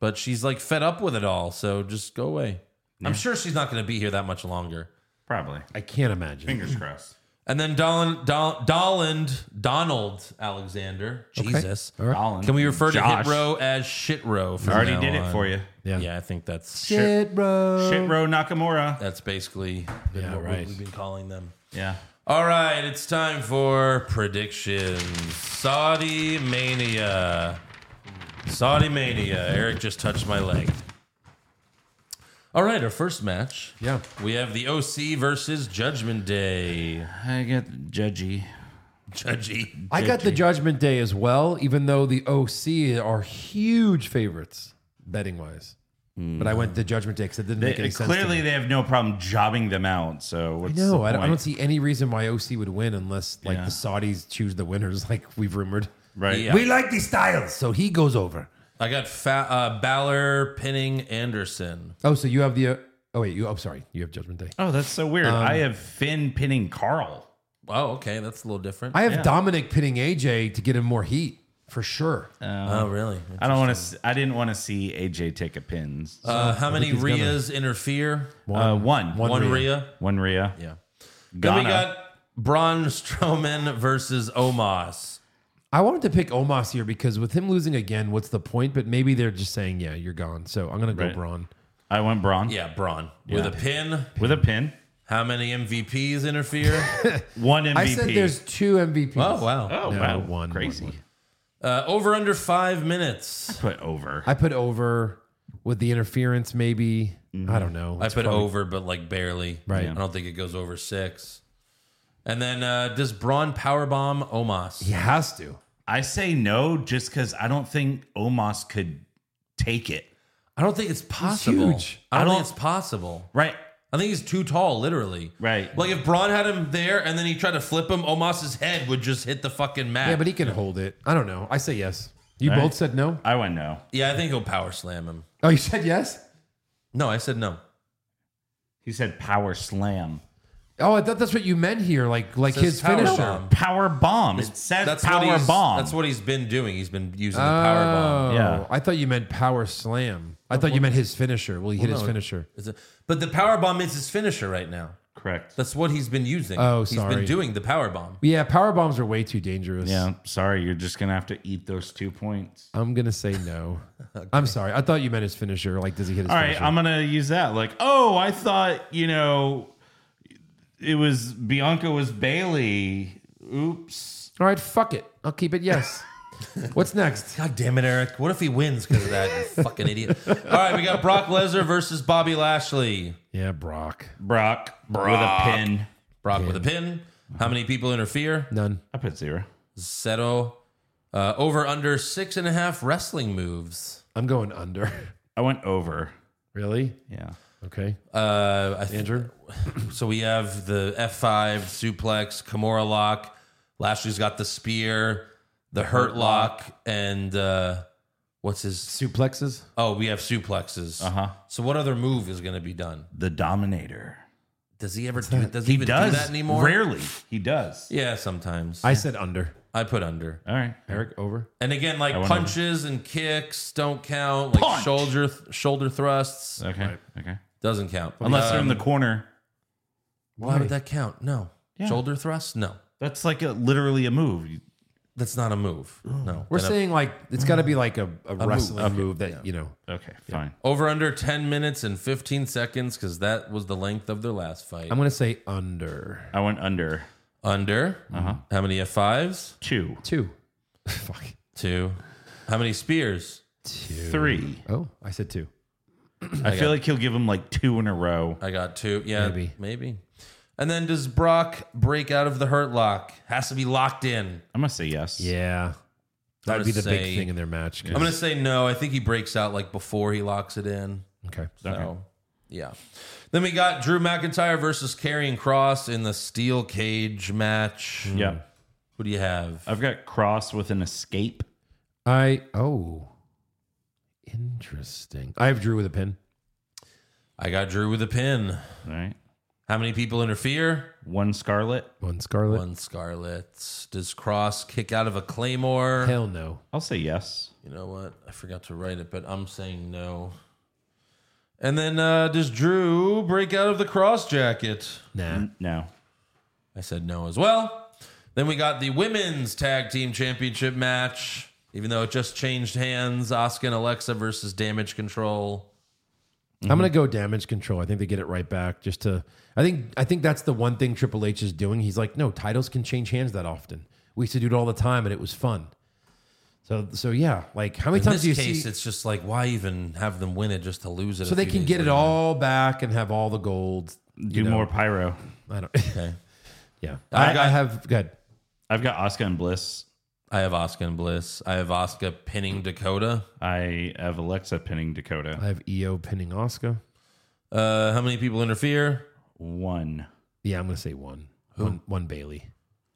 but she's like fed up with it all. So just go away. I'm sure she's not going to be here that much longer. Probably. I can't imagine. Fingers crossed. And then Dolan, Dol- Doland, Donald Alexander. Jesus. Colin. Can we refer to Josh. Hit Row as Shit Row? From I already now did it on? for you. Yeah. Yeah. I think that's Shit, bro. Shit row Nakamura. that's basically been Yeah, what we- right. we've been calling them. Yeah. All right, it's time for predictions. Saudi Mania. Saudi Mania. Eric just touched my leg. All right, our first match. Yeah. We have the OC versus Judgment Day. I get judgy. Judgy. I got the Judgment Day as well, even though the OC are huge favorites betting wise. But I went the Judgment Day because it didn't Mm. They, make any sense. clearly, they have no problem jobbing them out. So what's no, the I don't, I don't point? see any reason why OC would win unless like Yeah. the Saudis choose the winners, *laughs* like we've rumored. Right. Yeah. We like these styles, so he goes over. I got fa- uh, Balor pinning Anderson. Oh, so you have the uh, oh wait, you oh sorry, you have Judgment Day. Oh, that's so weird. I Um, have Finn pinning Carl. Oh, okay, that's a little different. I have Dominic pitting AJ to get him more heat for sure. oh, really? I don't want to. I didn't want to see AJ take a pin. So, Uh, how many he's gonna- Rias interfere? uh, one. One, Rhea. One Rhea. Yeah. Then Ghana. we got Braun Strowman versus Omos. I wanted to pick Omos here because with him losing again, what's the point? But maybe they're just saying, yeah, you're gone. So I'm gonna go Right. Braun. I went Braun Yeah, Braun with a pin. with a pin. How many MVPs interfere? One MVP. I said there's two MVPs. Oh wow! No, One crazy. Uh, over under five minutes. put over. I put over with the interference, maybe. I don't know. I It's put probably- over, but like barely. Right. I don't think it goes over six. And then uh, does Braun powerbomb Omos? He has to. I say no just because I don't think Omos could take it. I don't think it's possible. huge. I don't, I think it's possible. Right. I think he's too tall, literally. Right. Like if Braun had him there and then he tried to flip him, Omos's head would just hit the fucking mat. Yeah, but he can hold it. I don't know. I say yes. You All right. both said no. I went no. Yeah, I think he'll power slam him. Oh, you said yes. No, I said no. He said power slam. Oh, I thought that's what you meant here. Like, like It says his power finisher. bomb. Power bomb. It says what power he's- bomb. That's what he's been doing. He's been using the power Oh, bomb. yeah. I thought you meant power slam. I thought you meant his finisher. Well, he hit Well, his no, finisher. it's a- but the power bomb is his finisher right now. Correct. That's what he's been using. Oh, He's been sorry. doing the power bomb. Yeah, power bombs are way too dangerous. Yeah, sorry, you're just gonna have to eat those two points. I'm gonna say *laughs* no. I'm sorry. I thought you meant his finisher. Like, does he hit his All right, finisher? I'm gonna use that. Like, oh, I thought you know, it was Bianca was Bailey. Oops. All right, fuck it. I'll keep *laughs* it yes. What's next? God damn it, Eric. What if he wins because of that? You fucking idiot. All right, we got Brock Lesnar versus Bobby Lashley. Yeah, Brock. Brock, Brock. with a pin. Brock with a pin. How many people interfere? None. I put zero. Seto. Uh, over under six and a half wrestling moves. I'm going under. *laughs* I went over. Really? Yeah. Okay. Uh, I th- Andrew? *laughs* so we have the F5 suplex, Kimura lock. Lashley's got the spear, the hurt lock, and uh, what's his? Suplexes. Oh, we have suplexes. Uh Uh-huh. So what other move is going to be done? The Dominator. Does he ever do it? Does he, He even does do that anymore? Rarely. He does. Yeah, sometimes. I said under. I put under. All right. Eric over. And again, like I went punches and kicks don't count. Like Punch! shoulder shoulder thrusts Okay. Okay. doesn't count. Unless they're in the Um, corner. why would that count? No. Yeah. Shoulder thrust? No. That's like a literally a move. You- That's not a move. No. We're Then a- saying like it's got to be like a, a, wrestling Okay. move, that you know. Okay. Fine. over under 10 minutes and 15 seconds because that was the length of their last fight. I'm gonna say under I went under under. Uh-huh. How many F5s? two, two. *laughs* Fuck Two. How many spears? two. three. Oh, I said two. I feel like he'll give him like two in a row. I got two. Yeah, maybe. Maybe. And then does Brock break out of the hurt lock? Has to be locked in. I'm gonna say yes. Yeah, I'm that'd be gonna the say- big thing in their match. 'cause- I'm gonna say no. I think he breaks out like before he locks it in. okay. So yeah. Then we got Drew McIntyre versus Karrion Cross in the steel cage match. Yeah. Who do you have? I've got cross with an escape. I oh, interesting. I have Drew with a pin. I got Drew with a pin. All right. How many people interfere? One scarlet. One Scarlet. One Scarlet. Does Cross kick out of a claymore? Hell no. I'll say yes. You know what? I forgot to write it, but I'm saying no. And then uh, does Drew break out of the cross jacket? Nah. No. I said no as well. Then we got the women's tag team championship match, even though it just changed hands. Asuka and Alexa versus Damage Control. I'm gonna go damage control. I think they get it right back. Just to, I think, I think that's the one thing Triple H is doing. He's like, no, titles can change hands that often. We used to do it all the time, and it was fun. So, so yeah, like how many In this times do you case, see? it's just like why even have them win it just to lose it? So a they few can days get it later? all back and have all the gold. you Do know. more pyro. I don't. *laughs* Okay. yeah, I I, got- I have good. I've got Oscar and Bliss. I have Asuka and Bliss. I have Asuka pinning Dakota. I have Alexa pinning Dakota. I have EO pinning Oscar. Uh, how many people interfere? One. Yeah, I'm gonna say one. One, one Bailey.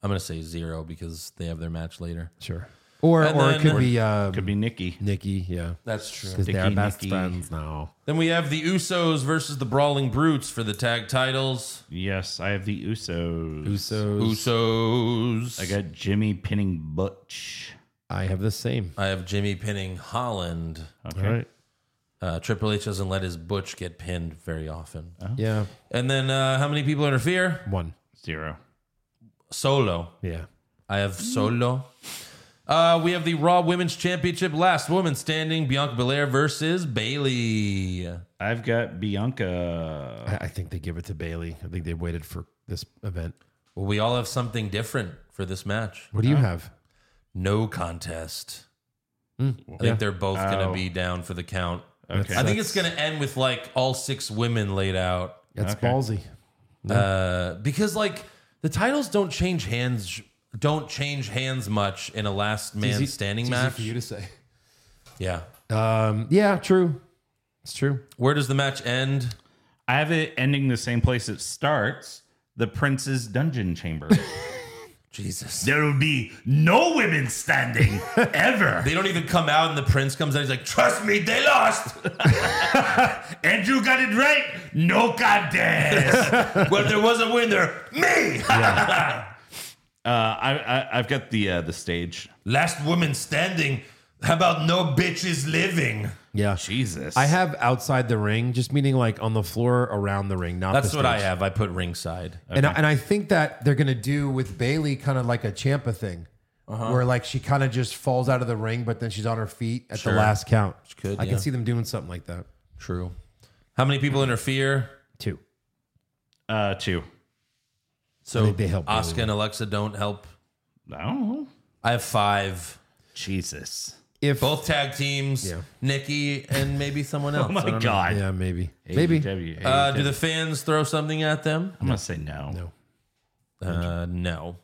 I'm gonna say zero because they have their match later. Sure. Or And or then- it could be um, Could be Nikki. Nikki. Yeah, That's true. because they're Nikki, best Nikki. friends now. Then we have the Usos versus the Brawling Brutes for the tag titles. Yes, I have the Usos. Usos. Usos. I got Jimmy pinning Butch. I have the same. I have Jimmy pinning Holland. Okay. All right. Uh, Triple H doesn't let his Butch get pinned very often. Yeah. And then uh, how many people interfere? One. Zero. Solo. Yeah. I have Solo. Uh, we have the Raw Women's Championship. Last woman standing, Bianca Belair versus Bailey. I've got Bianca. I, I think they give it to Bailey. I think they waited for this event. Well, we all have something different for this match. What do you have? No contest. Hmm. I think Yeah. they're both going to Oh. be down for the count. Okay. I think it's going to end with like all six women laid out. That's ballsy. Uh, because like the titles don't change hands, don't change hands much in a last man easy- standing it's easy match. for you to say. Yeah. Um, yeah, true. It's true. Where does the match end? I have it ending the same place it starts the Prince's *laughs* Dungeon Chamber. Uh, Jesus. There will be no *laughs* women standing ever. They don't even come out, and the prince comes out. He's like, "Trust me, they lost." *laughs* Andrew got it right. *laughs* No contest. well, there was a winner. Me. Uh, I, I, I've got the uh, the stage. *laughs* Last woman standing. How about no bitches living? Yeah. Jesus. I have outside the ring, just meaning like on the floor around the ring, not That's the what I stage. have. I put ringside. And I, and I think that they're gonna do with Bailey kind of like a Champa thing, Uh-huh. where like she kind of just falls out of the ring, but then she's on her feet at Sure. the last count. She could, I yeah. can see them doing something like that. True. How many people interfere? Two. Uh, two. So I think they help Bailey Asuka and Alexa don't help. No. I have five. Jesus. If both tag teams, Yeah. Nikki and maybe *laughs* someone Oh else. I my don't know. God. Yeah, maybe, AEW. maybe. Uh, do the fans throw something at them? I'm gonna say no. No. Uh, no.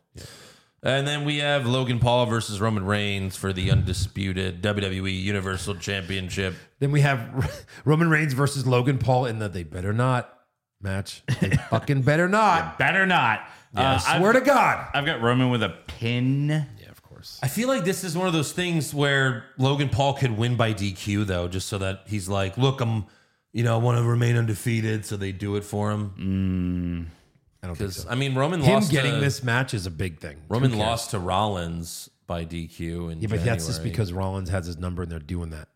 And then we have Logan Paul versus Roman Reigns for the undisputed WWE Universal Championship. Then we have *laughs* Roman Reigns versus Logan Paul in the they better not match. They *laughs* fucking better not. Better not. Uh, Yeah, I've- swear to God. I've got Roman with a pin. Yeah, of course. I feel like this is one of those things where Logan Paul could win by DQ though, just so that he's like, look, I'm, you know, I want to remain undefeated, so they do it for him. I don't think so. Mm. I mean, Roman Him lost getting to- this match is a big thing. Roman Who cares? lost to Rollins by DQ, and Yeah, but that's just because Rollins has his number and they're doing that.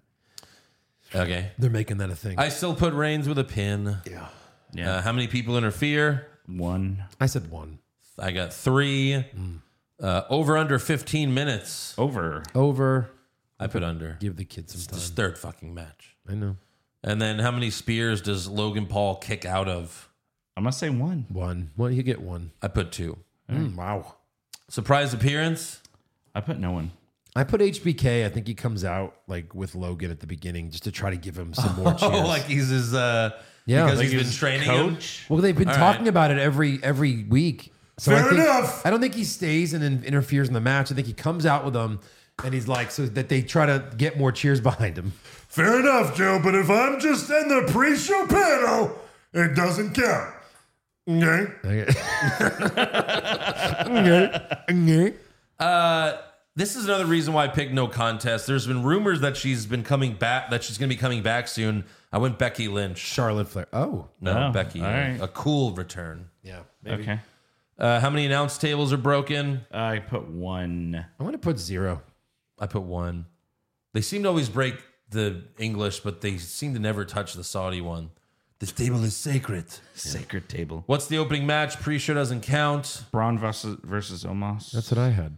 okay, They're making that a thing. I still put Reigns with a pin. Yeah. Yeah. how many people interfere? One. I said one. I got three. Hmm. Uh, over under 15 minutes. Over. Over. I put under. Give the kids some time. This third fucking match. I know. And then how many spears does Logan Paul kick out of? I'm gonna say one. One. Well, you get one. I put two. Mm, wow. Surprise appearance? I put no one. I put HBK. I think he comes out like with Logan at the beginning just to try to give him some *laughs* more cheers. Oh, like he's his, uh, Yeah. because Like he's been his training coach? him. well, they've been All talking right. about it every every week. So I Fair think, enough. I don't think he stays and in, interferes in the match. I think he comes out with them and he's like so that they try to get more cheers *laughs* behind him. Fair enough, Joe, but if I'm just in the pre show panel, it doesn't count. Okay? Okay. *laughs* Okay. Okay. Uh, this is another reason why I picked no contest. There's been rumors that she's been coming back, that she's going to be coming back soon. I went Becky Lynch. Charlotte Flair. Oh. No, Oh, Becky. all right. A cool return. Yeah. Okay. Uh, how many announce tables are broken? I put one. I want to put zero. I put one. They seem to always break the English, but they seem to never touch the Saudi one. This table is sacred. Sacred table. What's the opening match? Pre show doesn't count. Braun versus versus Omos. That's what I had.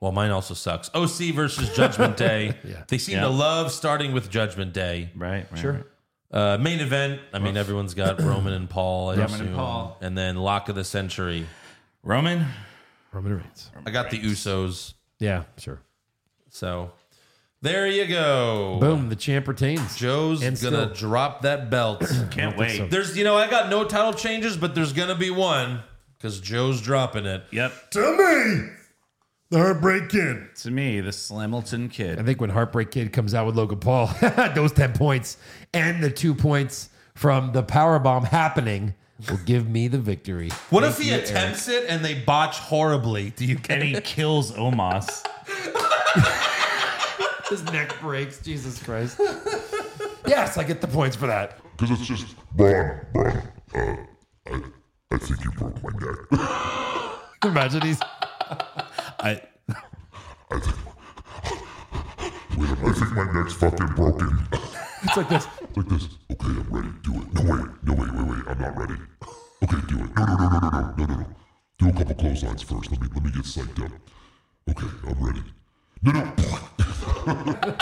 Well, mine also sucks. OC versus Judgment Day. Yeah. They seem Yeah. to love starting with Judgment Day. right. right Sure. right. Uh, main event. I mean, everyone's got Roman and Paul. I Roman and assume. Paul. And then lock of the century. Roman. Roman Reigns. I got the Usos. Yeah, sure. So there you go. Boom, the champ retains. Joe's And gonna still- drop that belt. Can't wait. There's, you know, I got no title changes, but there's gonna be one because Joe's dropping it. Yep. *laughs* To me, the Heartbreak Kid. To me, the Slamilton I kid. think when Heartbreak Kid comes out with Logan Paul, those 10 points and the two points from the power bomb happening will give me the victory. What if he attempts it and they botch horribly? Do you get And he it? *laughs* kills Omos. His neck breaks. Jesus Christ. *laughs* yes, I get the points for that. Because it's just, Brian, Brian, uh, I, I think you broke my neck. Imagine he's. I, Wait, I think my neck's fucking broken. It's like this. like this. Okay, I'm ready. Do it. No, wait. No, wait, wait, wait. I'm not ready. *laughs* Okay, do it. No, no, no, no, no, no, no, no, no. Do a couple clotheslines first. Let me, let me get psyched up. Okay, I'm ready. No, no.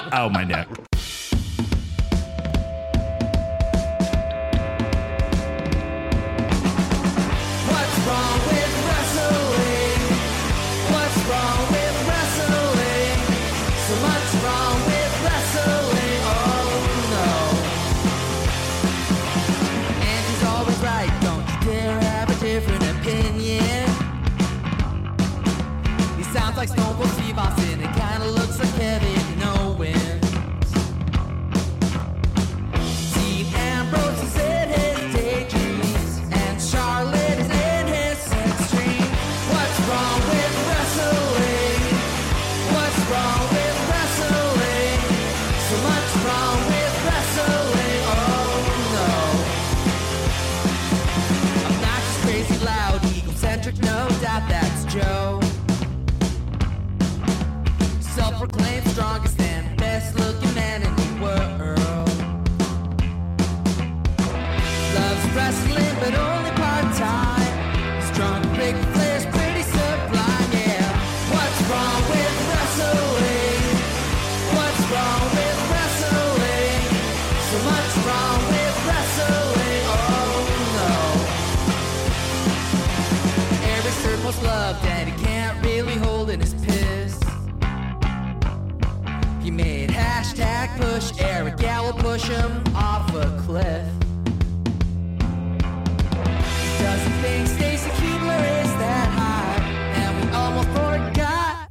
*laughs* Ow, Oh, my neck. What's wrong with wrestling? What's wrong with wrestling? So much wrong with wrestling. Oh no. And he's always right. Don't you dare have a different opinion. He sounds like Stone Cold Steve Austin. It kinda looks like Kevin Owens. Dean Ambrose is in his daydreams, and Charlotte is in his sex dream. What's wrong with wrestling? What's wrong with wrestling? So much wrong with wrestling. Oh no. I'm not just crazy loud, egocentric, no doubt that's Joe. Self-proclaimed strongest and best-looking man in the world. Loves wrestling, but only part time. Strong big players, pretty sublime, yeah. What's wrong with wrestling? What's wrong with wrestling? So much wrong with wrestling, oh no. Every circle's love that he can't really hold in his piss. He made hashtag push Eric Gallo push him off a cliff. Doesn't think Stacy Kubler is that hot, and we almost forgot